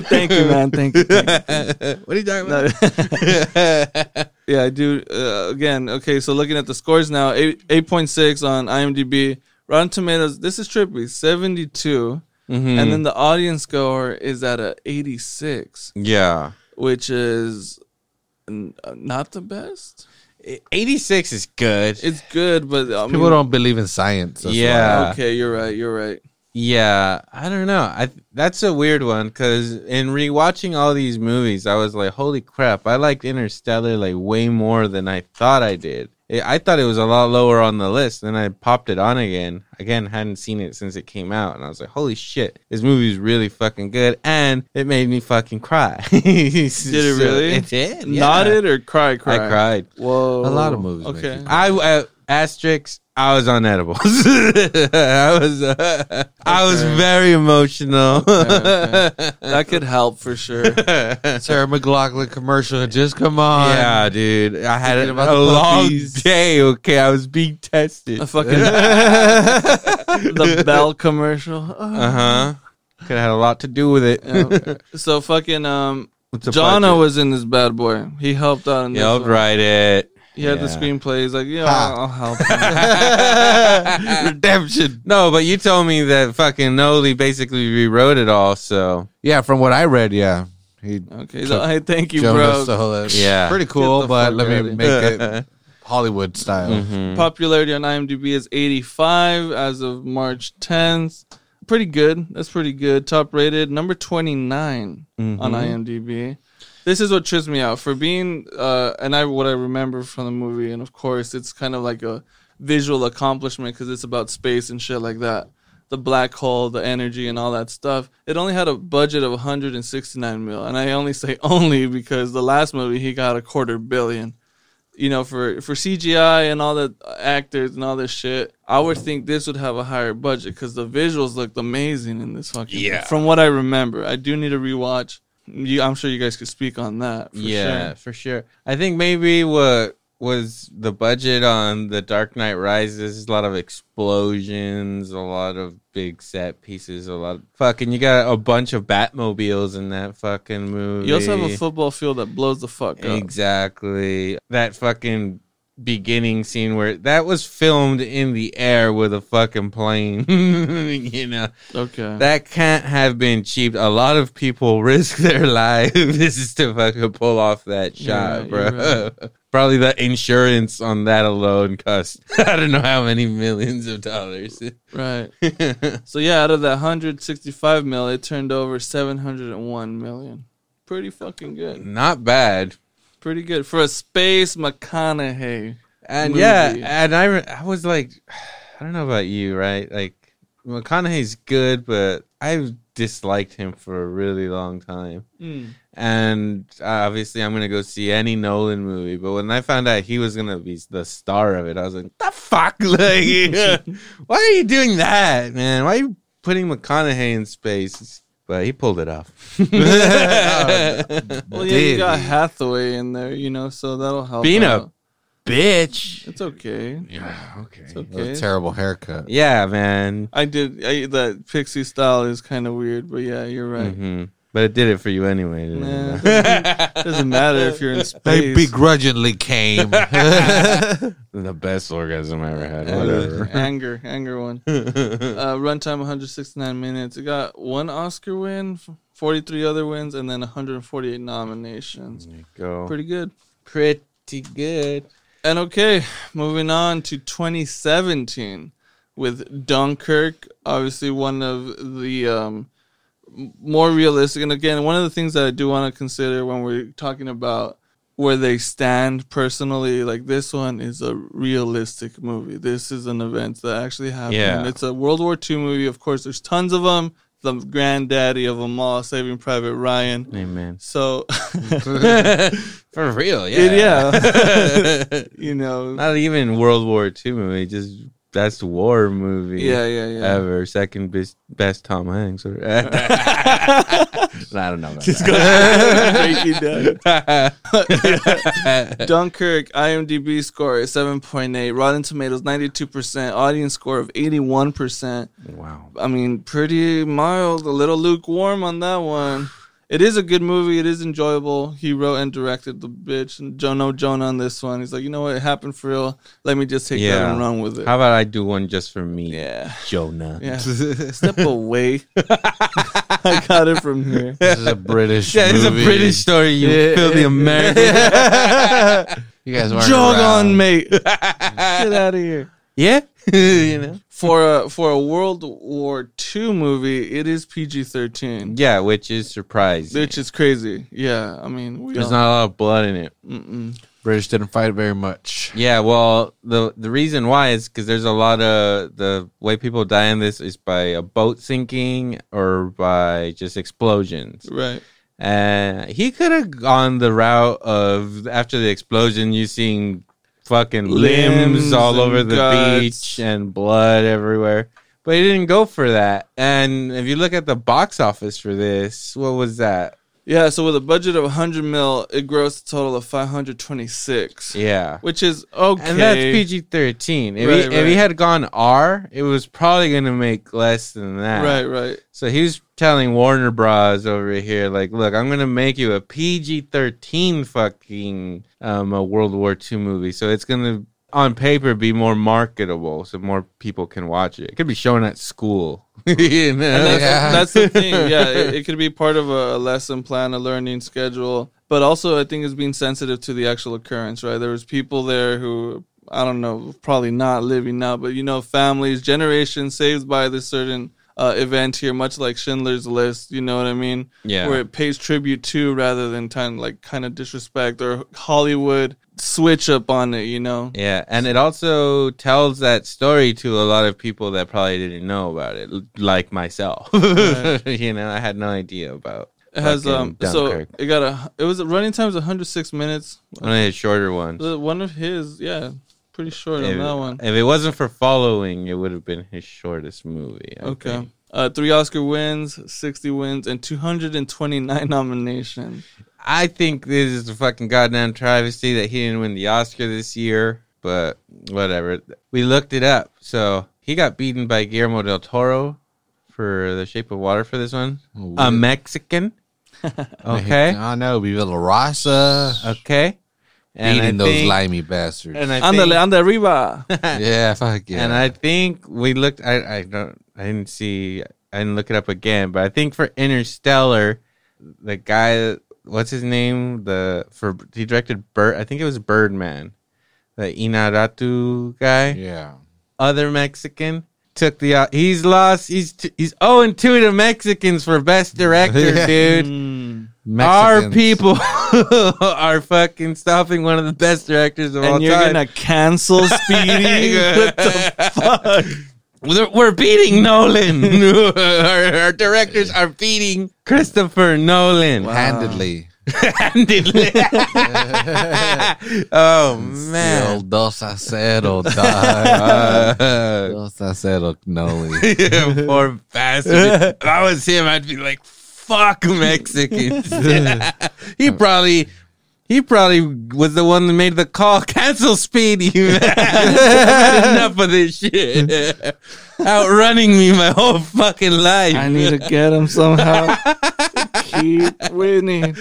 Speaker 3: Thank you, man. Thank you. Thank you.
Speaker 2: what are you talking
Speaker 3: No. yeah, I do. Uh, again, okay, so looking at the scores now, eight eight 8.6 on IMDb. Rotten Tomatoes, this is trippy, 72.
Speaker 2: Mm-hmm. Mm.
Speaker 3: And then the audience score is at a 86,
Speaker 2: yeah,
Speaker 3: which is n- uh, not the best.
Speaker 2: eighty six is good.
Speaker 3: It's good, but I mean,
Speaker 4: People don't believe in science. that's
Speaker 2: Yeah.
Speaker 3: Okay, you're right. You're right.
Speaker 2: yeah, I don't know. I that's a weird one because in rewatching all these movies, I was like, holy crap, I liked Interstellar like way more than I thought I did. It, I thought it was a lot lower on the list. Then I popped it on again. Again, hadn't seen it since it came out, and I was like, holy shit, this movie's really fucking good, and it made me fucking cry. did it
Speaker 3: really?
Speaker 2: It did. yeah.
Speaker 3: Nodded or cry, cry?
Speaker 2: I cried.
Speaker 3: Whoa.
Speaker 4: A lot of movies make
Speaker 3: Okay.
Speaker 4: you
Speaker 2: I uh, asterisk. I was on edibles. I was. Uh, I was
Speaker 3: Okay.
Speaker 2: very emotional.
Speaker 3: Okay, that could help for sure.
Speaker 4: why. Sarah McLaughlin commercial had just come on.
Speaker 2: yeah, dude. I had
Speaker 4: Thinking
Speaker 2: a,
Speaker 4: about the
Speaker 2: long
Speaker 4: puppies.
Speaker 2: day. Okay, I was being tested.
Speaker 3: A
Speaker 2: Uh
Speaker 3: fucking the Bell commercial.
Speaker 4: Uh-huh.
Speaker 2: huh. Could have Uh-huh. had a lot to do with it.
Speaker 3: Yeah. so fucking um
Speaker 2: What's the
Speaker 3: Jono
Speaker 2: budget?
Speaker 3: was in this bad boy. He helped out in this.
Speaker 2: Yelled
Speaker 3: one.
Speaker 2: right it.
Speaker 3: He had the
Speaker 2: Yeah.
Speaker 3: screenplay. He's like, yeah,
Speaker 4: Ha.
Speaker 3: I'll, I'll help. him.
Speaker 4: Redemption.
Speaker 2: No, but you told me that fucking Noli basically rewrote it all. So
Speaker 4: Yeah, from what I read, yeah. He
Speaker 3: Okay, so hey, thank you,
Speaker 4: Jonas
Speaker 3: bro.
Speaker 4: Solis.
Speaker 2: Yeah.
Speaker 4: Pretty
Speaker 3: the
Speaker 4: cool, but
Speaker 3: fuck
Speaker 4: let
Speaker 3: outta
Speaker 4: me
Speaker 3: here.
Speaker 4: make it Hollywood style.
Speaker 3: Popularity on IMDb is 85 as of March 10th. Pretty good. That's pretty good. Top rated, number 29 on IMDb. This is what trips me out for being, uh, and I what I remember from the movie, and of course it's kind of like a visual accomplishment because it's about space and shit like that, the black hole, the energy, and all that stuff. It only had a budget of 169 mil, and I only say only because the last movie he got a quarter billion you know, for for CGI and all the actors and all this shit, I would think this would have a higher budget because the visuals looked amazing in this fucking.
Speaker 2: Yeah.
Speaker 3: From what I remember, I do need a rewatch. You, I'm sure you guys could speak on that. For
Speaker 2: yeah,
Speaker 3: Sure.
Speaker 2: for sure. I think maybe what was the budget on The Dark Knight Rises. A lot of explosions, a lot of big set pieces, a lot of fucking. You got a bunch of Batmobiles in that fucking movie.
Speaker 3: You also have a football field that blows the fuck up.
Speaker 2: Exactly. That fucking beginning scene where that was filmed in the air with a fucking plane. you know,
Speaker 3: Okay.
Speaker 2: that can't have been cheap. A lot of people risk their lives to fucking pull off that shot,
Speaker 3: You're right,
Speaker 2: bro. Probably the insurance on that alone cost I don't know how many millions of dollars.
Speaker 3: right. So yeah, out of that 165 mil, it turned over 701 million. Pretty fucking good.
Speaker 2: Not bad.
Speaker 3: Pretty good for a space McConaughey.
Speaker 2: And
Speaker 3: movie.
Speaker 2: yeah, and I re- I was like, I don't know about you, right? Like McConaughey's good, but I've disliked him for a really long time.
Speaker 3: Mm.
Speaker 2: And uh, obviously, I'm gonna go see any Nolan movie. But when I found out he was gonna be the star of it, I was like, the fuck, like, why are you doing that, man? Why are you putting McConaughey in space? But he pulled it off.
Speaker 3: Well, yeah, you got Hathaway in there, you know, so that'll help.
Speaker 2: Being a
Speaker 3: out.
Speaker 2: bitch.
Speaker 3: It's okay.
Speaker 4: Yeah, okay. It's
Speaker 3: okay.
Speaker 4: A terrible haircut.
Speaker 2: Yeah, man.
Speaker 3: I did. I, that pixie style is kind of weird, but yeah, you're right.
Speaker 2: hmm But it did it for you anyway. didn't
Speaker 3: Nah,
Speaker 2: it?
Speaker 3: doesn't, doesn't matter if you're in
Speaker 4: They
Speaker 3: space.
Speaker 4: begrudgingly came.
Speaker 2: The best orgasm I ever had.
Speaker 3: Uh, anger, anger one. Uh, runtime 169 minutes. It got one Oscar win, f- 43 other wins, and then 148 nominations.
Speaker 2: Go.
Speaker 3: Pretty good.
Speaker 2: pretty good.
Speaker 3: And okay, moving on to 2017 with Dunkirk, obviously one of the um, m- more realistic. And again, one of the things that I do want to consider when we're talking about where they stand personally, like this one is a realistic movie. This is an event that actually happened.
Speaker 2: Yeah.
Speaker 3: It's a World War II movie. Of course, there's tons of them. The granddaddy of them all, Saving Private Ryan.
Speaker 2: Amen.
Speaker 3: So,
Speaker 2: For real, yeah.
Speaker 3: yeah, you know,
Speaker 2: Not even World War II movie, just best war movie
Speaker 3: yeah, yeah, yeah.
Speaker 2: ever. Second best, best Tom Hanks. Or, I don't know. About
Speaker 3: Just
Speaker 2: that.
Speaker 3: go Dunkirk IMDb score is 7.8, Rotten Tomatoes 92%, audience score of 81%.
Speaker 2: wow.
Speaker 3: I mean, pretty mild, a little lukewarm on that one. It is a good movie. It is enjoyable. He wrote and directed the bitch and Jono Jonah on this one. He's like, you know what? It happened for real. Let me just take that
Speaker 2: Yeah.
Speaker 3: and run with it.
Speaker 2: How about I do one just for me,
Speaker 3: yeah.
Speaker 2: Jonah?
Speaker 3: Yeah. Step away. I got it from here.
Speaker 4: This is a British
Speaker 2: Yeah, it's a
Speaker 4: movie.
Speaker 2: British story. You
Speaker 3: Yeah.
Speaker 2: filthy American.
Speaker 4: You guys weren't
Speaker 3: Jog on,
Speaker 4: around.
Speaker 3: mate. Get out of here.
Speaker 2: yeah, you know.
Speaker 3: for a for a World War II movie, it is PG thirteen,
Speaker 2: Yeah, which is surprising.
Speaker 3: which is crazy. Yeah, I mean, we
Speaker 2: There's
Speaker 3: all-
Speaker 2: not a lot of blood in it.
Speaker 3: Mm-mm.
Speaker 4: British didn't fight very much.
Speaker 2: Yeah, well, the the reason why is because there's a lot of the way people die in this is by a boat sinking or by just explosions.
Speaker 3: right.
Speaker 2: And he could have gone the route of after the explosion, you seeing fucking limbs,
Speaker 3: Limbs
Speaker 2: all
Speaker 3: and
Speaker 2: over the
Speaker 3: guts.
Speaker 2: beach and blood everywhere. But he didn't go for that. And if you look at the box office for this, what was that?
Speaker 3: Yeah, so with a budget of 100 mil, it grossed a total of 526,
Speaker 2: Yeah.
Speaker 3: which is okay.
Speaker 2: And that's PG thirteen. If, he,
Speaker 3: Right,
Speaker 2: if he
Speaker 3: right.
Speaker 2: had gone R, it was probably gonna make less than that.
Speaker 3: Right, right.
Speaker 2: So he was telling Warner Bros. over here, like, look, I'm gonna make you a PG thirteen fucking um, a World War II movie. So it's gonna on paper be more marketable, so more people can watch it. It could be shown at school. you know?
Speaker 3: And that's,
Speaker 4: Yeah.
Speaker 3: that's the thing. Yeah, it, it could be part of a, a lesson plan, a learning schedule, but also I think it's being sensitive to the actual occurrence. Right, there was people there who I don't know, probably not living now, but you know, families, generations saved by this certain uh, event here, much like Schindler's List. You know what I mean?
Speaker 2: Yeah.
Speaker 3: where it pays tribute to rather than time like kind of disrespect or Hollywood switch up on it. You know?
Speaker 2: Yeah, and it also tells that story to a lot of people that probably didn't know about it, l- like myself. you know, I had no idea about.
Speaker 3: It has um,
Speaker 2: fucking
Speaker 3: so
Speaker 2: Dunkirk.
Speaker 3: it got a. It was running time was 106 minutes.
Speaker 2: one of the shorter ones.
Speaker 3: The one of his, yeah, pretty short
Speaker 2: if,
Speaker 3: on that one.
Speaker 2: if it wasn't for following, it would have been his shortest movie. I
Speaker 3: Okay.
Speaker 2: think.
Speaker 3: Uh, three Oscar wins, 60 wins, and 229 nominations.
Speaker 2: I think this is a fucking goddamn travesty that he didn't win the Oscar this year, but whatever. We looked it up. So he got beaten by Guillermo del Toro for The Shape of Water for this one.
Speaker 4: Oh,
Speaker 2: A
Speaker 4: weird.
Speaker 2: Mexican.
Speaker 3: Oh
Speaker 2: Okay.
Speaker 4: oh, I know, Viva La Raza.
Speaker 2: Okay. And I
Speaker 4: Eating those
Speaker 2: think-
Speaker 4: limey bastards.
Speaker 2: And I
Speaker 3: Andale,
Speaker 2: think,
Speaker 3: anda arriba.
Speaker 4: yeah, fuck yeah.
Speaker 2: and I think we looked. I, I don't. I didn't see. I didn't look it up again. But I think for Interstellar, the guy. What's his name? The for he directed Bird. I think it was Birdman, the Inaratu guy,
Speaker 4: yeah.
Speaker 2: other Mexican. Took the uh, he's lost. He's t- he's zero and two to Mexicans for best director,
Speaker 4: Yeah.
Speaker 2: dude.
Speaker 3: Mm.
Speaker 2: Our
Speaker 4: Mexicans.
Speaker 2: people are fucking stopping one of the best directors of all
Speaker 3: And you're
Speaker 2: time.
Speaker 3: gonna cancel Speedy? what the fuck?
Speaker 2: We're, we're beating Nolan. our, our directors are beating Christopher Nolan
Speaker 4: handedly.
Speaker 2: handedly. oh man.
Speaker 4: El dos a cero, dog.
Speaker 2: Uh,
Speaker 4: dos a cero, Noli.
Speaker 2: poor bastard. If I was him, I'd be like, "Fuck Mexicans." he probably, he probably was the one that made the call. Cancel Speedy. man. I've had Enough of this shit. Outrunning me my whole fucking life.
Speaker 3: I need to get him somehow. Keep winning.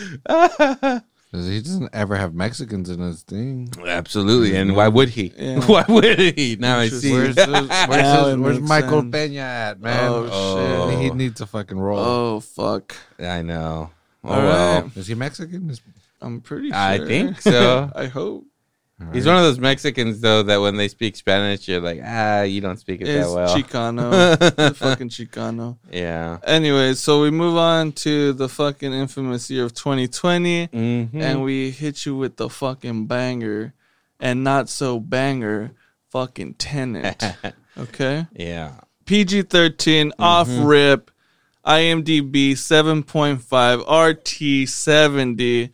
Speaker 4: He doesn't ever have Mexicans in his thing.
Speaker 2: Absolutely, and why would he?
Speaker 3: Yeah.
Speaker 2: Why would he? Now I see.
Speaker 3: Interesting.
Speaker 4: Where's, his- where's,
Speaker 3: Now
Speaker 4: his-
Speaker 3: it
Speaker 4: where's
Speaker 3: makes
Speaker 4: Michael
Speaker 3: sense.
Speaker 4: Pena at, man?
Speaker 3: Oh, shit.
Speaker 4: He needs a fucking role.
Speaker 3: Oh fuck!
Speaker 2: I know. Oh
Speaker 3: All
Speaker 2: well.
Speaker 3: right.
Speaker 4: Is he Mexican? Is-
Speaker 3: I'm pretty. sure.
Speaker 2: I think so.
Speaker 3: I hope
Speaker 2: He's one of those Mexicans though that when they speak Spanish, you're like, ah, you don't speak it
Speaker 3: it's
Speaker 2: that well.
Speaker 3: Chicano. The fucking Chicano.
Speaker 2: yeah.
Speaker 3: Anyway, so we move on to the fucking infamous year of 2020,
Speaker 2: Mm-hmm.
Speaker 3: and we hit you with the fucking banger, and not so banger, fucking Tenant. okay.
Speaker 2: yeah.
Speaker 3: PG 13, off rip, IMDb 7.5, RT 70,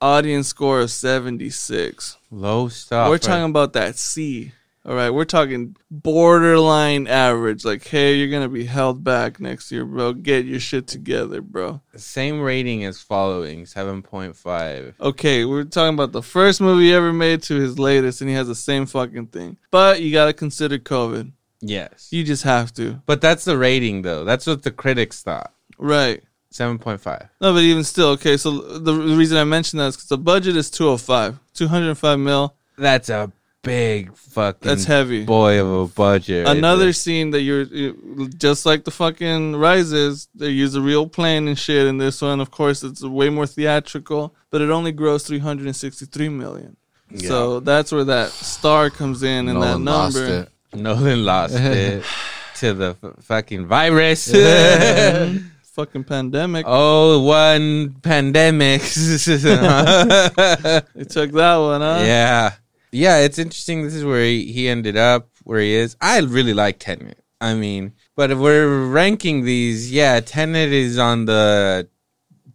Speaker 3: audience score of 76.
Speaker 2: Low stuff.
Speaker 3: we're talking about that C. All right, we're talking borderline average. Like, hey, you're going to be held back next year, bro. Get your shit together, bro.
Speaker 2: same rating as following seven point five.
Speaker 3: Okay, we're talking about the first movie ever made to his latest, and he has the same fucking thing. But you got to consider COVID.
Speaker 2: Yes.
Speaker 3: You just have to.
Speaker 2: But that's the rating though. That's what the critics thought.
Speaker 3: Right.
Speaker 2: Seven point five.
Speaker 3: No, but even still, okay. So the, the reason I mentioned that is because the budget is 205, 205 mil.
Speaker 2: That's a big fucking
Speaker 3: That's heavy.
Speaker 2: boy of a budget. right
Speaker 3: Another
Speaker 2: there.
Speaker 3: scene that you're you- just like the fucking rises. They use a real plane and shit in this one. Of course, it's way more theatrical, but it only grossed 363 million. So that's where that star comes in and that
Speaker 4: Nolan lost
Speaker 3: number.
Speaker 4: it.
Speaker 2: Nolan lost it to the f- fucking virus.
Speaker 3: Fucking pandemic.
Speaker 2: oh, one pandemic.
Speaker 3: They took that one, huh?
Speaker 2: yeah. Yeah, it's interesting. This is where he, he ended up, where he is. I really like Tenet. I mean, but if we're ranking these, yeah, Tenet is on the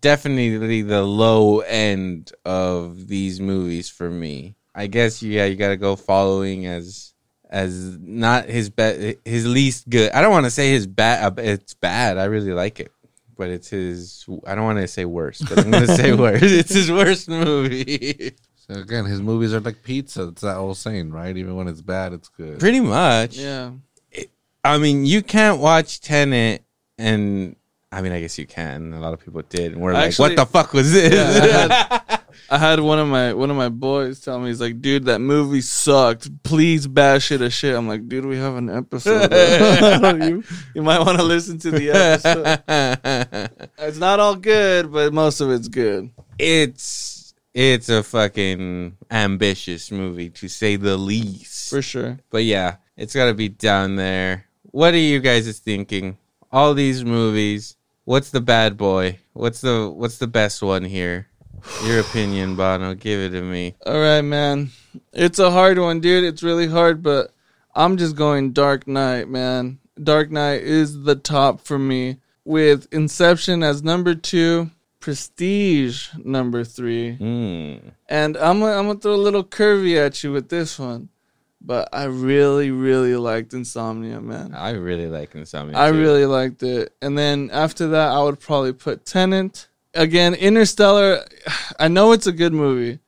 Speaker 2: definitely the low end of these movies for me. I guess yeah, you got to go following as as not his best, his least good. I don't want to say his bad. It's bad. I really like it, but it's his. I don't want to say worse, but I'm gonna say worse. It's his worst movie,
Speaker 4: So again, his movies are like pizza. It's that old saying, right? Even when it's bad, it's good.
Speaker 2: pretty much.
Speaker 3: Yeah.
Speaker 2: I mean, you can't watch Tenet and. I mean, I guess you can. A lot of people did, and we're like,
Speaker 3: Actually-
Speaker 2: "What the fuck was this?"
Speaker 3: Yeah, I had, I had one of my one of my boys tell me he's like, dude, that movie sucked. Please bash it a shit. I'm like, dude, we have an episode. you, you might want to listen to the episode. It's not all good, but most of it's good.
Speaker 2: it's it's a fucking ambitious movie to say the least.
Speaker 3: For sure.
Speaker 2: But yeah, it's got to be down there. What are you guys is thinking? All these movies. What's the bad boy? What's the what's the best one here? Your opinion, Bono. Give it to me.
Speaker 3: All right, man. It's a hard one, dude. It's really hard, but I'm just going Dark Knight, man. Dark Knight is the top for me, with Inception as number two, Prestige number three.
Speaker 2: Mm.
Speaker 3: And I'm gonna, I'm gonna throw a little curvy at you with this one, but I really really liked Insomnia, man.
Speaker 2: I really like Insomnia.
Speaker 3: I
Speaker 2: too.
Speaker 3: really liked it. And then after that, I would probably put Tenant, again, Interstellar. I know it's a good movie,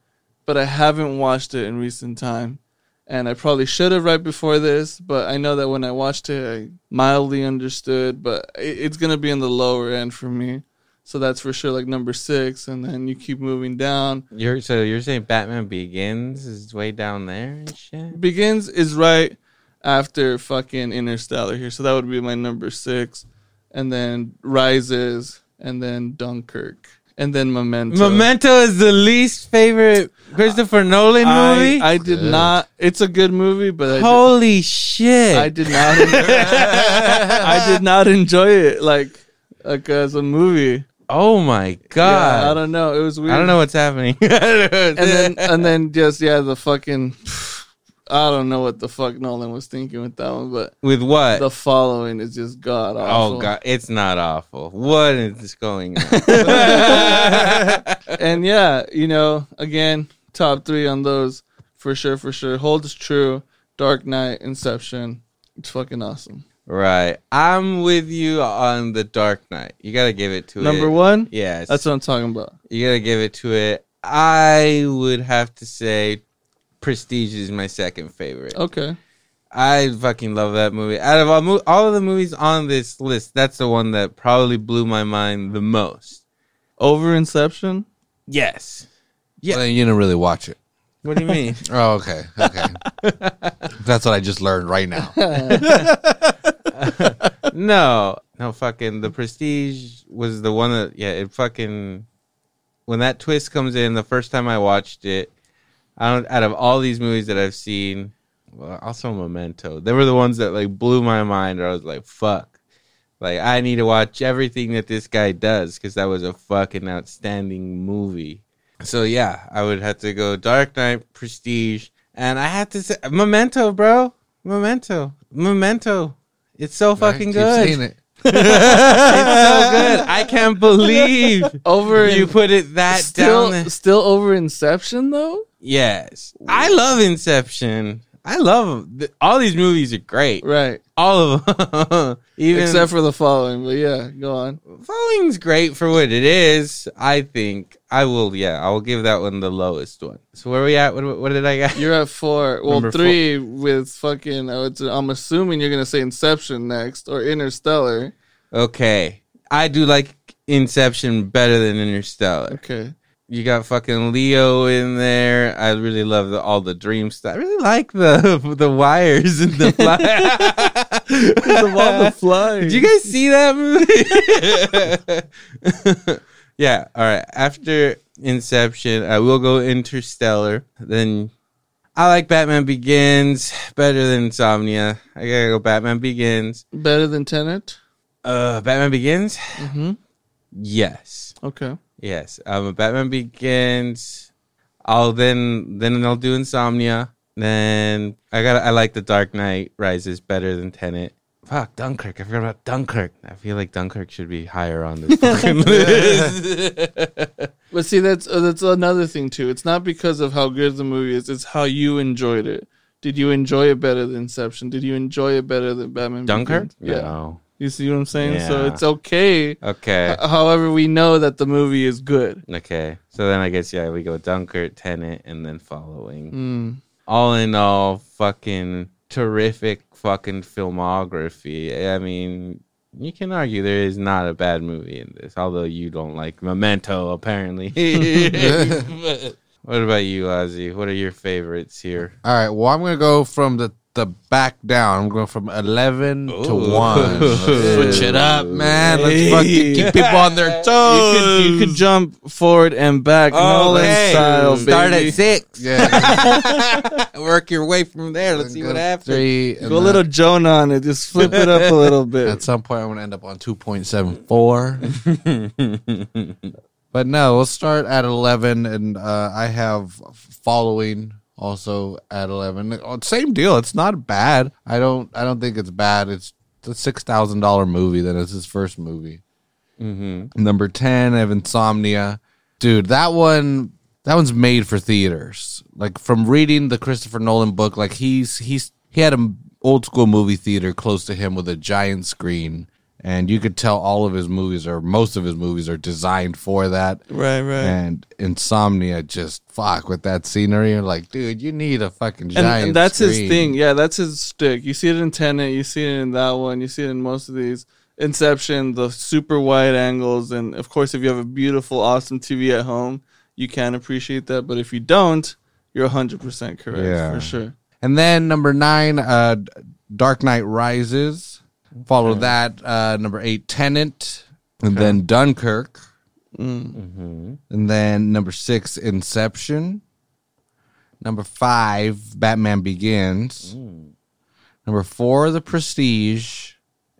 Speaker 3: but I haven't watched it in recent time, and I probably should have right before this. But I know that when I watched it, I mildly understood. But it, it's gonna be in the lower end for me, so that's for sure. Like number six, and then you keep moving down.
Speaker 2: You're so you're saying Batman Begins is way down there and shit.
Speaker 3: Begins is right after fucking Interstellar here, so that would be my number six, and then Rises, and then Dunkirk, and then Memento.
Speaker 2: Memento is the least favorite Christopher Nolan
Speaker 3: I,
Speaker 2: movie.
Speaker 3: I did not. It's a good movie, but I
Speaker 2: Holy
Speaker 3: did, I
Speaker 2: shit!
Speaker 3: did not. Enjoy, I did not enjoy it like like as a movie.
Speaker 2: oh my god!
Speaker 3: Yeah, I don't know. It was weird.
Speaker 2: I don't know what's happening. and
Speaker 3: And then and then just yeah, the fucking. I don't know what the fuck Nolan was thinking with that one, but
Speaker 2: with what?
Speaker 3: the following is just god awful.
Speaker 2: oh god, it's not awful. What is going on?
Speaker 3: and yeah, you know, again, top three on those for sure, for sure. Holds true. Dark Knight, Inception. It's fucking awesome.
Speaker 2: right, I'm with you on the Dark Knight. You gotta give it to it.
Speaker 3: Number one.
Speaker 2: Yeah, it's-
Speaker 3: That's what I'm talking about.
Speaker 2: you gotta give it to it. I would have to say, Prestige is my second favorite.
Speaker 3: Okay.
Speaker 2: I fucking love that movie. Out of all, mo- all of the movies on this list, that's the one that probably blew my mind the most.
Speaker 3: Over Inception.
Speaker 2: Yes. Yeah.
Speaker 4: Yeah. you didn't really watch it.
Speaker 2: What do you mean?
Speaker 4: Oh, okay. Okay. That's what I just learned right now.
Speaker 2: no, no, fucking the Prestige was the one that yeah, it fucking when that twist comes in the first time I watched it. I don't. Out of all these movies that I've seen, well, also Memento, they were the ones that like blew my mind. Or I was like, fuck, like I need to watch everything that this guy does because that was a fucking outstanding movie. So yeah, I would have to go Dark Knight, Prestige, and I have to say Memento, bro. Memento, Memento. It's so fucking
Speaker 4: Keep
Speaker 2: good.
Speaker 4: saying it.
Speaker 2: It's so good. I can't believe
Speaker 4: Oh,
Speaker 3: Over
Speaker 2: you
Speaker 3: in,
Speaker 2: put it that
Speaker 3: still
Speaker 2: down. there.
Speaker 3: still over Inception though.
Speaker 2: Yes, I love Inception. I love th- all these movies are great.
Speaker 3: Right.
Speaker 2: All of them, even
Speaker 3: Except for the following, but yeah, go on.
Speaker 2: Falling's great for what it is. I think I will. Yeah, I will give that one the lowest one. So where we at? What, what did I get?
Speaker 3: You're at four. Well,
Speaker 2: Number four.
Speaker 3: three with fucking. I would- I'm assuming you're gonna say Inception next or Interstellar.
Speaker 2: Okay, I do like Inception better than Interstellar.
Speaker 3: Okay.
Speaker 2: You got fucking Leo in there. I really love the, all the dream stuff. I really like the the wires and the fly. the
Speaker 3: fly.
Speaker 2: Did you guys see that movie? yeah. All right. After Inception, I will go Interstellar. Then I like Batman Begins better than Insomnia. I gotta go Batman Begins.
Speaker 3: better than Tenet?
Speaker 2: Uh, Batman Begins.
Speaker 3: Mm-hmm.
Speaker 2: Yes.
Speaker 3: Okay.
Speaker 2: Yes. Um, Batman Begins. I'll then then I'll do Insomnia. Then I got I like the Dark Knight Rises better than Tenet. Fuck Dunkirk. I forgot about Dunkirk. I feel like Dunkirk should be higher on this fucking list.
Speaker 3: But see, that's uh, that's another thing too. It's not because of how good the movie is; it's how you enjoyed it. Did you enjoy it better than Inception? Did you enjoy it better than Batman?
Speaker 2: Dunkirk?
Speaker 3: Begins? Yeah.
Speaker 2: No.
Speaker 3: You see what I'm saying? So
Speaker 2: Yeah.
Speaker 3: it's okay.
Speaker 2: Okay.
Speaker 3: H- However, we know that the movie is good.
Speaker 2: Okay. So then I guess yeah, we go Dunkirk, Tenet, and then following.
Speaker 3: Mm.
Speaker 2: all in all, fucking terrific fucking filmography. I mean, you can argue there is not a bad movie in this, although you don't like Memento, apparently. what about you, Ozzy? What are your favorites here?
Speaker 4: All right. Well, I'm gonna go from the the back down. I'm going from eleven to
Speaker 2: Ooh.
Speaker 4: one. Switch it up, man. Let's fucking keep people on their
Speaker 3: You
Speaker 4: toes.
Speaker 3: could, you could jump forward and back, Nolan style,
Speaker 2: start
Speaker 3: baby.
Speaker 2: at six.
Speaker 4: Yeah.
Speaker 2: Work your way from there. Let's see
Speaker 4: Go
Speaker 2: what happens.
Speaker 4: Three. and
Speaker 3: Go a little Jonah on it. Just flip it up a little bit.
Speaker 4: At some point, I'm going to end up on 2.74. but no, we'll start at 11. And uh, I have following also at 11. Oh, Same deal. It's not bad. I don't I don't think it's bad. It's a $6,000 movie that is his first movie.
Speaker 2: Mm-hmm.
Speaker 4: Number 10, I have Insomnia. Dude, that one that one's made for theaters. Like from reading the Christopher Nolan book, like he's he's he had an old school movie theater close to him with a giant screen and you could tell all of his movies or most of his movies are designed for that.
Speaker 3: Right, right.
Speaker 4: And Insomnia just fuck with that scenery. You're like, dude, you need a fucking
Speaker 3: and,
Speaker 4: giant.
Speaker 3: and that's his
Speaker 4: screen.
Speaker 3: thing. Yeah, that's his stick. You see it in Tenet. You see it in that one. You see it in most of these. Inception, the super wide angles, and of course, if you have a beautiful, awesome TV at home, you can appreciate that. But if you don't, you're 100 percent correct
Speaker 4: Yeah.
Speaker 3: for sure.
Speaker 4: And then number nine, uh, D- Dark Knight Rises. Follow that uh, number eight, Tenant, and then Dunkirk, and then number six, Inception. Number five, Batman Begins. Number four, The Prestige.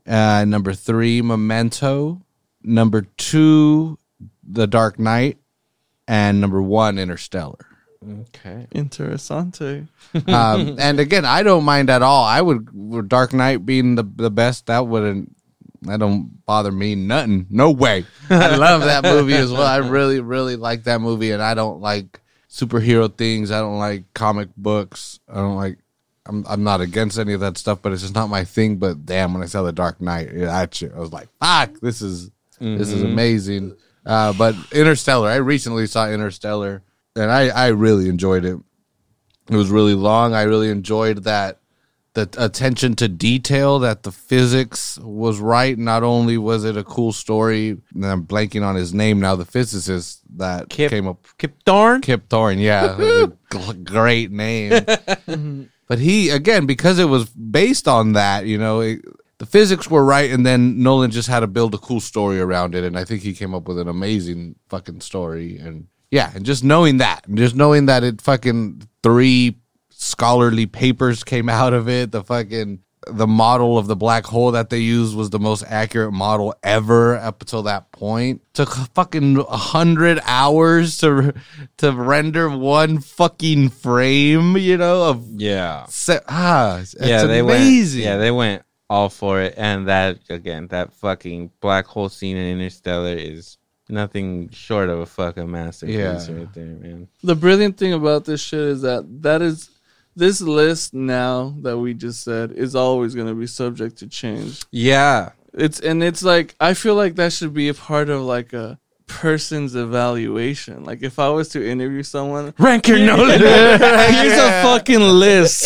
Speaker 4: Uh, number three, Memento. Number two, The Dark Knight, and number one, Interstellar.
Speaker 2: Okay.
Speaker 3: Interessante.
Speaker 4: um, and again, I don't mind at all. I would would Dark Knight being the the best. That wouldn't that don't bother me nothing. No way. I love that movie as well. I really really like that movie, and I don't like superhero things. I don't like comic books. I don't like. I'm I'm not against any of that stuff, but it's just not my thing. But damn, when I saw the Dark Knight, yeah, that shit, I was like, fuck, this is this is amazing. Uh, but Interstellar, I recently saw Interstellar, and I I really enjoyed it it was really long i really enjoyed that the attention to detail that the physics was right not only was it a cool story and i'm blanking on his name now the physicist that
Speaker 2: Kip-
Speaker 4: came up
Speaker 2: Kip Thorne.
Speaker 4: Kip Thorne, yeah, It was a g- great name. but he again because it was based on that, you know, it, the physics were right, and then Nolan just had to build a cool story around it, and I think he came up with an amazing fucking story. And yeah, and just knowing that, and just knowing that it fucking three scholarly papers came out of it, the fucking. The model of the black hole that they used was the most accurate model ever up until that point. Took fucking hundred hours to to render one fucking frame, you know, of
Speaker 2: Yeah.
Speaker 4: Se- ah, it's
Speaker 2: yeah, they
Speaker 4: amazing.
Speaker 2: went. Yeah, they went all for it, and that again, that fucking black hole scene in Interstellar is nothing short of a fucking masterpiece
Speaker 4: Yeah.
Speaker 2: right there, man.
Speaker 3: The brilliant thing about this shit is that that is this list now that we just said is always going to be subject to change.
Speaker 2: Yeah,
Speaker 3: It's and it's like I feel like that should be a part of like a person's evaluation. Like if I was to interview someone,
Speaker 2: rank your Nolan.
Speaker 3: here's a fucking list.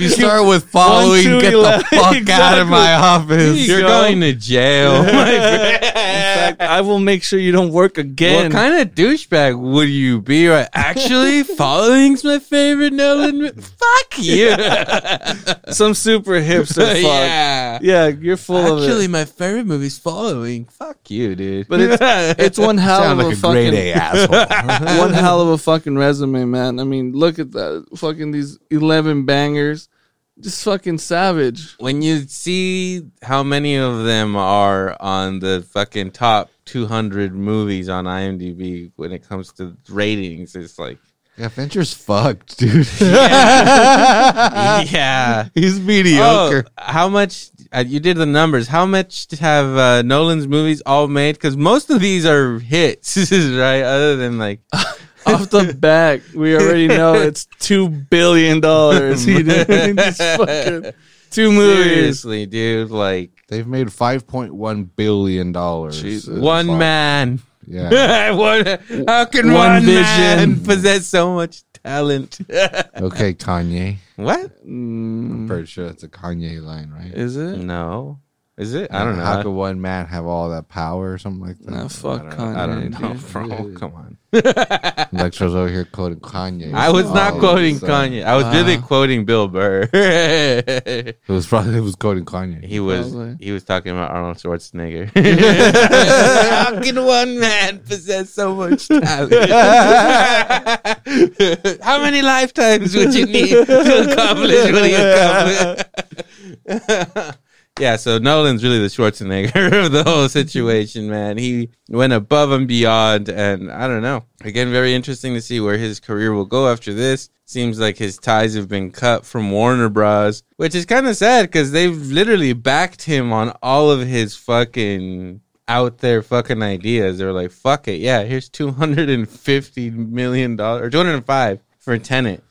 Speaker 4: you start with following,
Speaker 3: two,
Speaker 4: get the
Speaker 3: eleven.
Speaker 4: fuck out of
Speaker 3: Exactly.
Speaker 4: my office.
Speaker 2: You're
Speaker 3: go.
Speaker 2: going to jail.
Speaker 3: In fact, I will make sure you don't work again.
Speaker 2: What kind of douchebag would you be? Right? Actually, following's my favorite Nolan. mo- Fuck you.
Speaker 3: Some super hipster fuck. yeah.
Speaker 2: yeah.
Speaker 3: you're full
Speaker 2: Actually,
Speaker 3: of it.
Speaker 2: my favorite movie's following. Fuck you, dude.
Speaker 3: But it's it's one hell
Speaker 4: Sound
Speaker 3: of
Speaker 4: like
Speaker 3: a
Speaker 4: a
Speaker 3: fucking
Speaker 4: grade A asshole.
Speaker 3: one hell of a fucking resume, man. I mean, look at that fucking these eleven bangers. Just fucking savage.
Speaker 2: when you see how many of them are on the fucking top 200 movies on IMDb when it comes to ratings, it's like,
Speaker 4: yeah, Fincher's fucked, dude.
Speaker 2: yeah.
Speaker 4: He's mediocre.
Speaker 2: Oh, how much uh, you did the numbers? How much have uh, Nolan's movies all made? Because most of these are hits, right? Other than like,
Speaker 3: Off the back, we already know it's two billion dollars. He did just fucking two movies.
Speaker 2: seriously, dude, like
Speaker 4: They've made five point one billion dollars.
Speaker 3: Jesus.
Speaker 2: one man.
Speaker 4: Yeah.
Speaker 2: One- how can one,
Speaker 3: One vision.
Speaker 2: man possess so much talent?
Speaker 4: Okay, Kanye.
Speaker 2: what?
Speaker 4: I'm
Speaker 3: Mm,
Speaker 2: Mm-hmm.
Speaker 4: pretty sure that's a Kanye line, right?
Speaker 3: is it?
Speaker 2: No. Is it? I don't know.
Speaker 4: How
Speaker 2: I,
Speaker 4: could one man have all that power or something like that?
Speaker 3: Nah, fuck Kanye.
Speaker 2: I don't know,
Speaker 3: dude.
Speaker 2: bro. Come on.
Speaker 4: Lecture's over here quoting Kanye.
Speaker 2: I was not
Speaker 4: Oh,
Speaker 2: quoting
Speaker 4: so-
Speaker 2: Kanye. I was really
Speaker 3: Wow.
Speaker 2: quoting Bill Burr.
Speaker 4: It was probably it was quoting Kanye.
Speaker 2: he was
Speaker 3: Probably.
Speaker 2: he was talking about Arnold Schwarzenegger. How can one man possess so much talent? How many lifetimes would you need to accomplish what you accomplished? Yeah, so Nolan's really the Schwarzenegger of the whole situation, man. He went above and beyond, and I don't know. Again, very interesting to see where his career will go after this. Seems like his ties have been cut from Warner Bros., which is kind of sad because they've literally backed him on all of his fucking out there fucking ideas. They're like, fuck it. Yeah, here's $250 million or 205 for Tenant.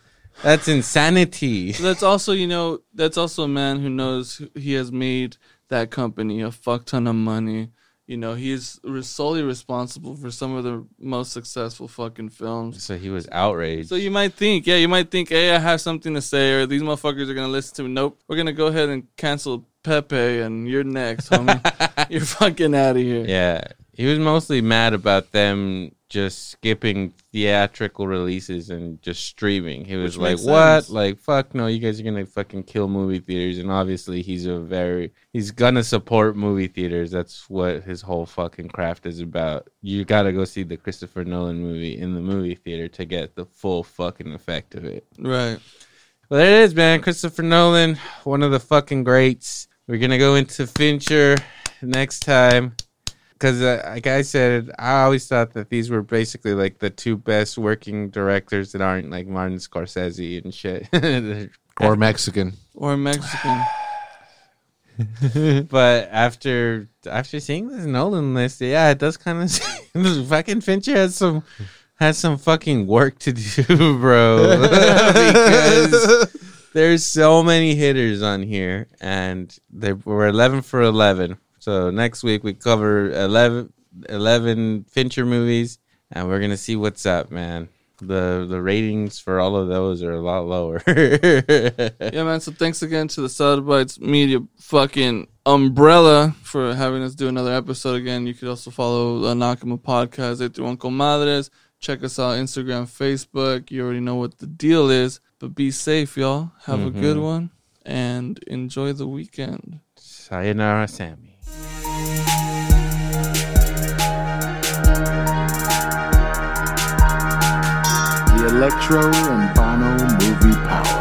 Speaker 2: That's insanity.
Speaker 3: That's also, you know, that's also a man who knows who- he has made that company a fuck ton of money. You know, he's re- solely responsible for some of the most successful fucking films.
Speaker 2: So he was outraged.
Speaker 3: So you might think, yeah, you might think, hey, I have something to say, or these motherfuckers are gonna listen to me. Nope, we're gonna go ahead and cancel Pepe, and you're next, homie. you're fucking out of here.
Speaker 2: yeah, he was mostly mad about them just skipping theatrical releases and just streaming. He was
Speaker 3: Which
Speaker 2: like,
Speaker 3: makes
Speaker 2: "What?
Speaker 3: sense.
Speaker 2: Like, fuck no! You guys are gonna fucking kill movie theaters." And obviously, he's a very he's gonna support movie theaters. That's what his whole fucking craft is about. You gotta go see the Christopher Nolan movie in the movie theater to get the full fucking effect of it.
Speaker 3: Right.
Speaker 2: Well, there it is, man. Christopher Nolan, one of the fucking greats. We're gonna go into Fincher next time, because uh, like I said, I always thought that these were basically like the two best working directors that aren't like Martin Scorsese and shit.
Speaker 4: or Mexican.
Speaker 3: Or Mexican.
Speaker 2: but after after seeing this Nolan list, yeah, it does kind of fucking Fincher has some has some fucking work to do, bro. because there's so many hitters on here, and they we're 11 for 11. So next week we cover 11, 11 Fincher movies, and we're gonna see what's up, man. The the ratings for all of those are a lot lower.
Speaker 3: yeah, man. So thanks again to the Soundbites Media fucking umbrella for having us do another episode again. You could also follow the Nakama podcast, They Threw Uncle Madres. Check us out Instagram, Facebook. You already know what the deal is. But be safe, y'all. Have a good one and enjoy the weekend.
Speaker 2: Sayonara, Sammy.
Speaker 1: The Electro and Bono Movie Power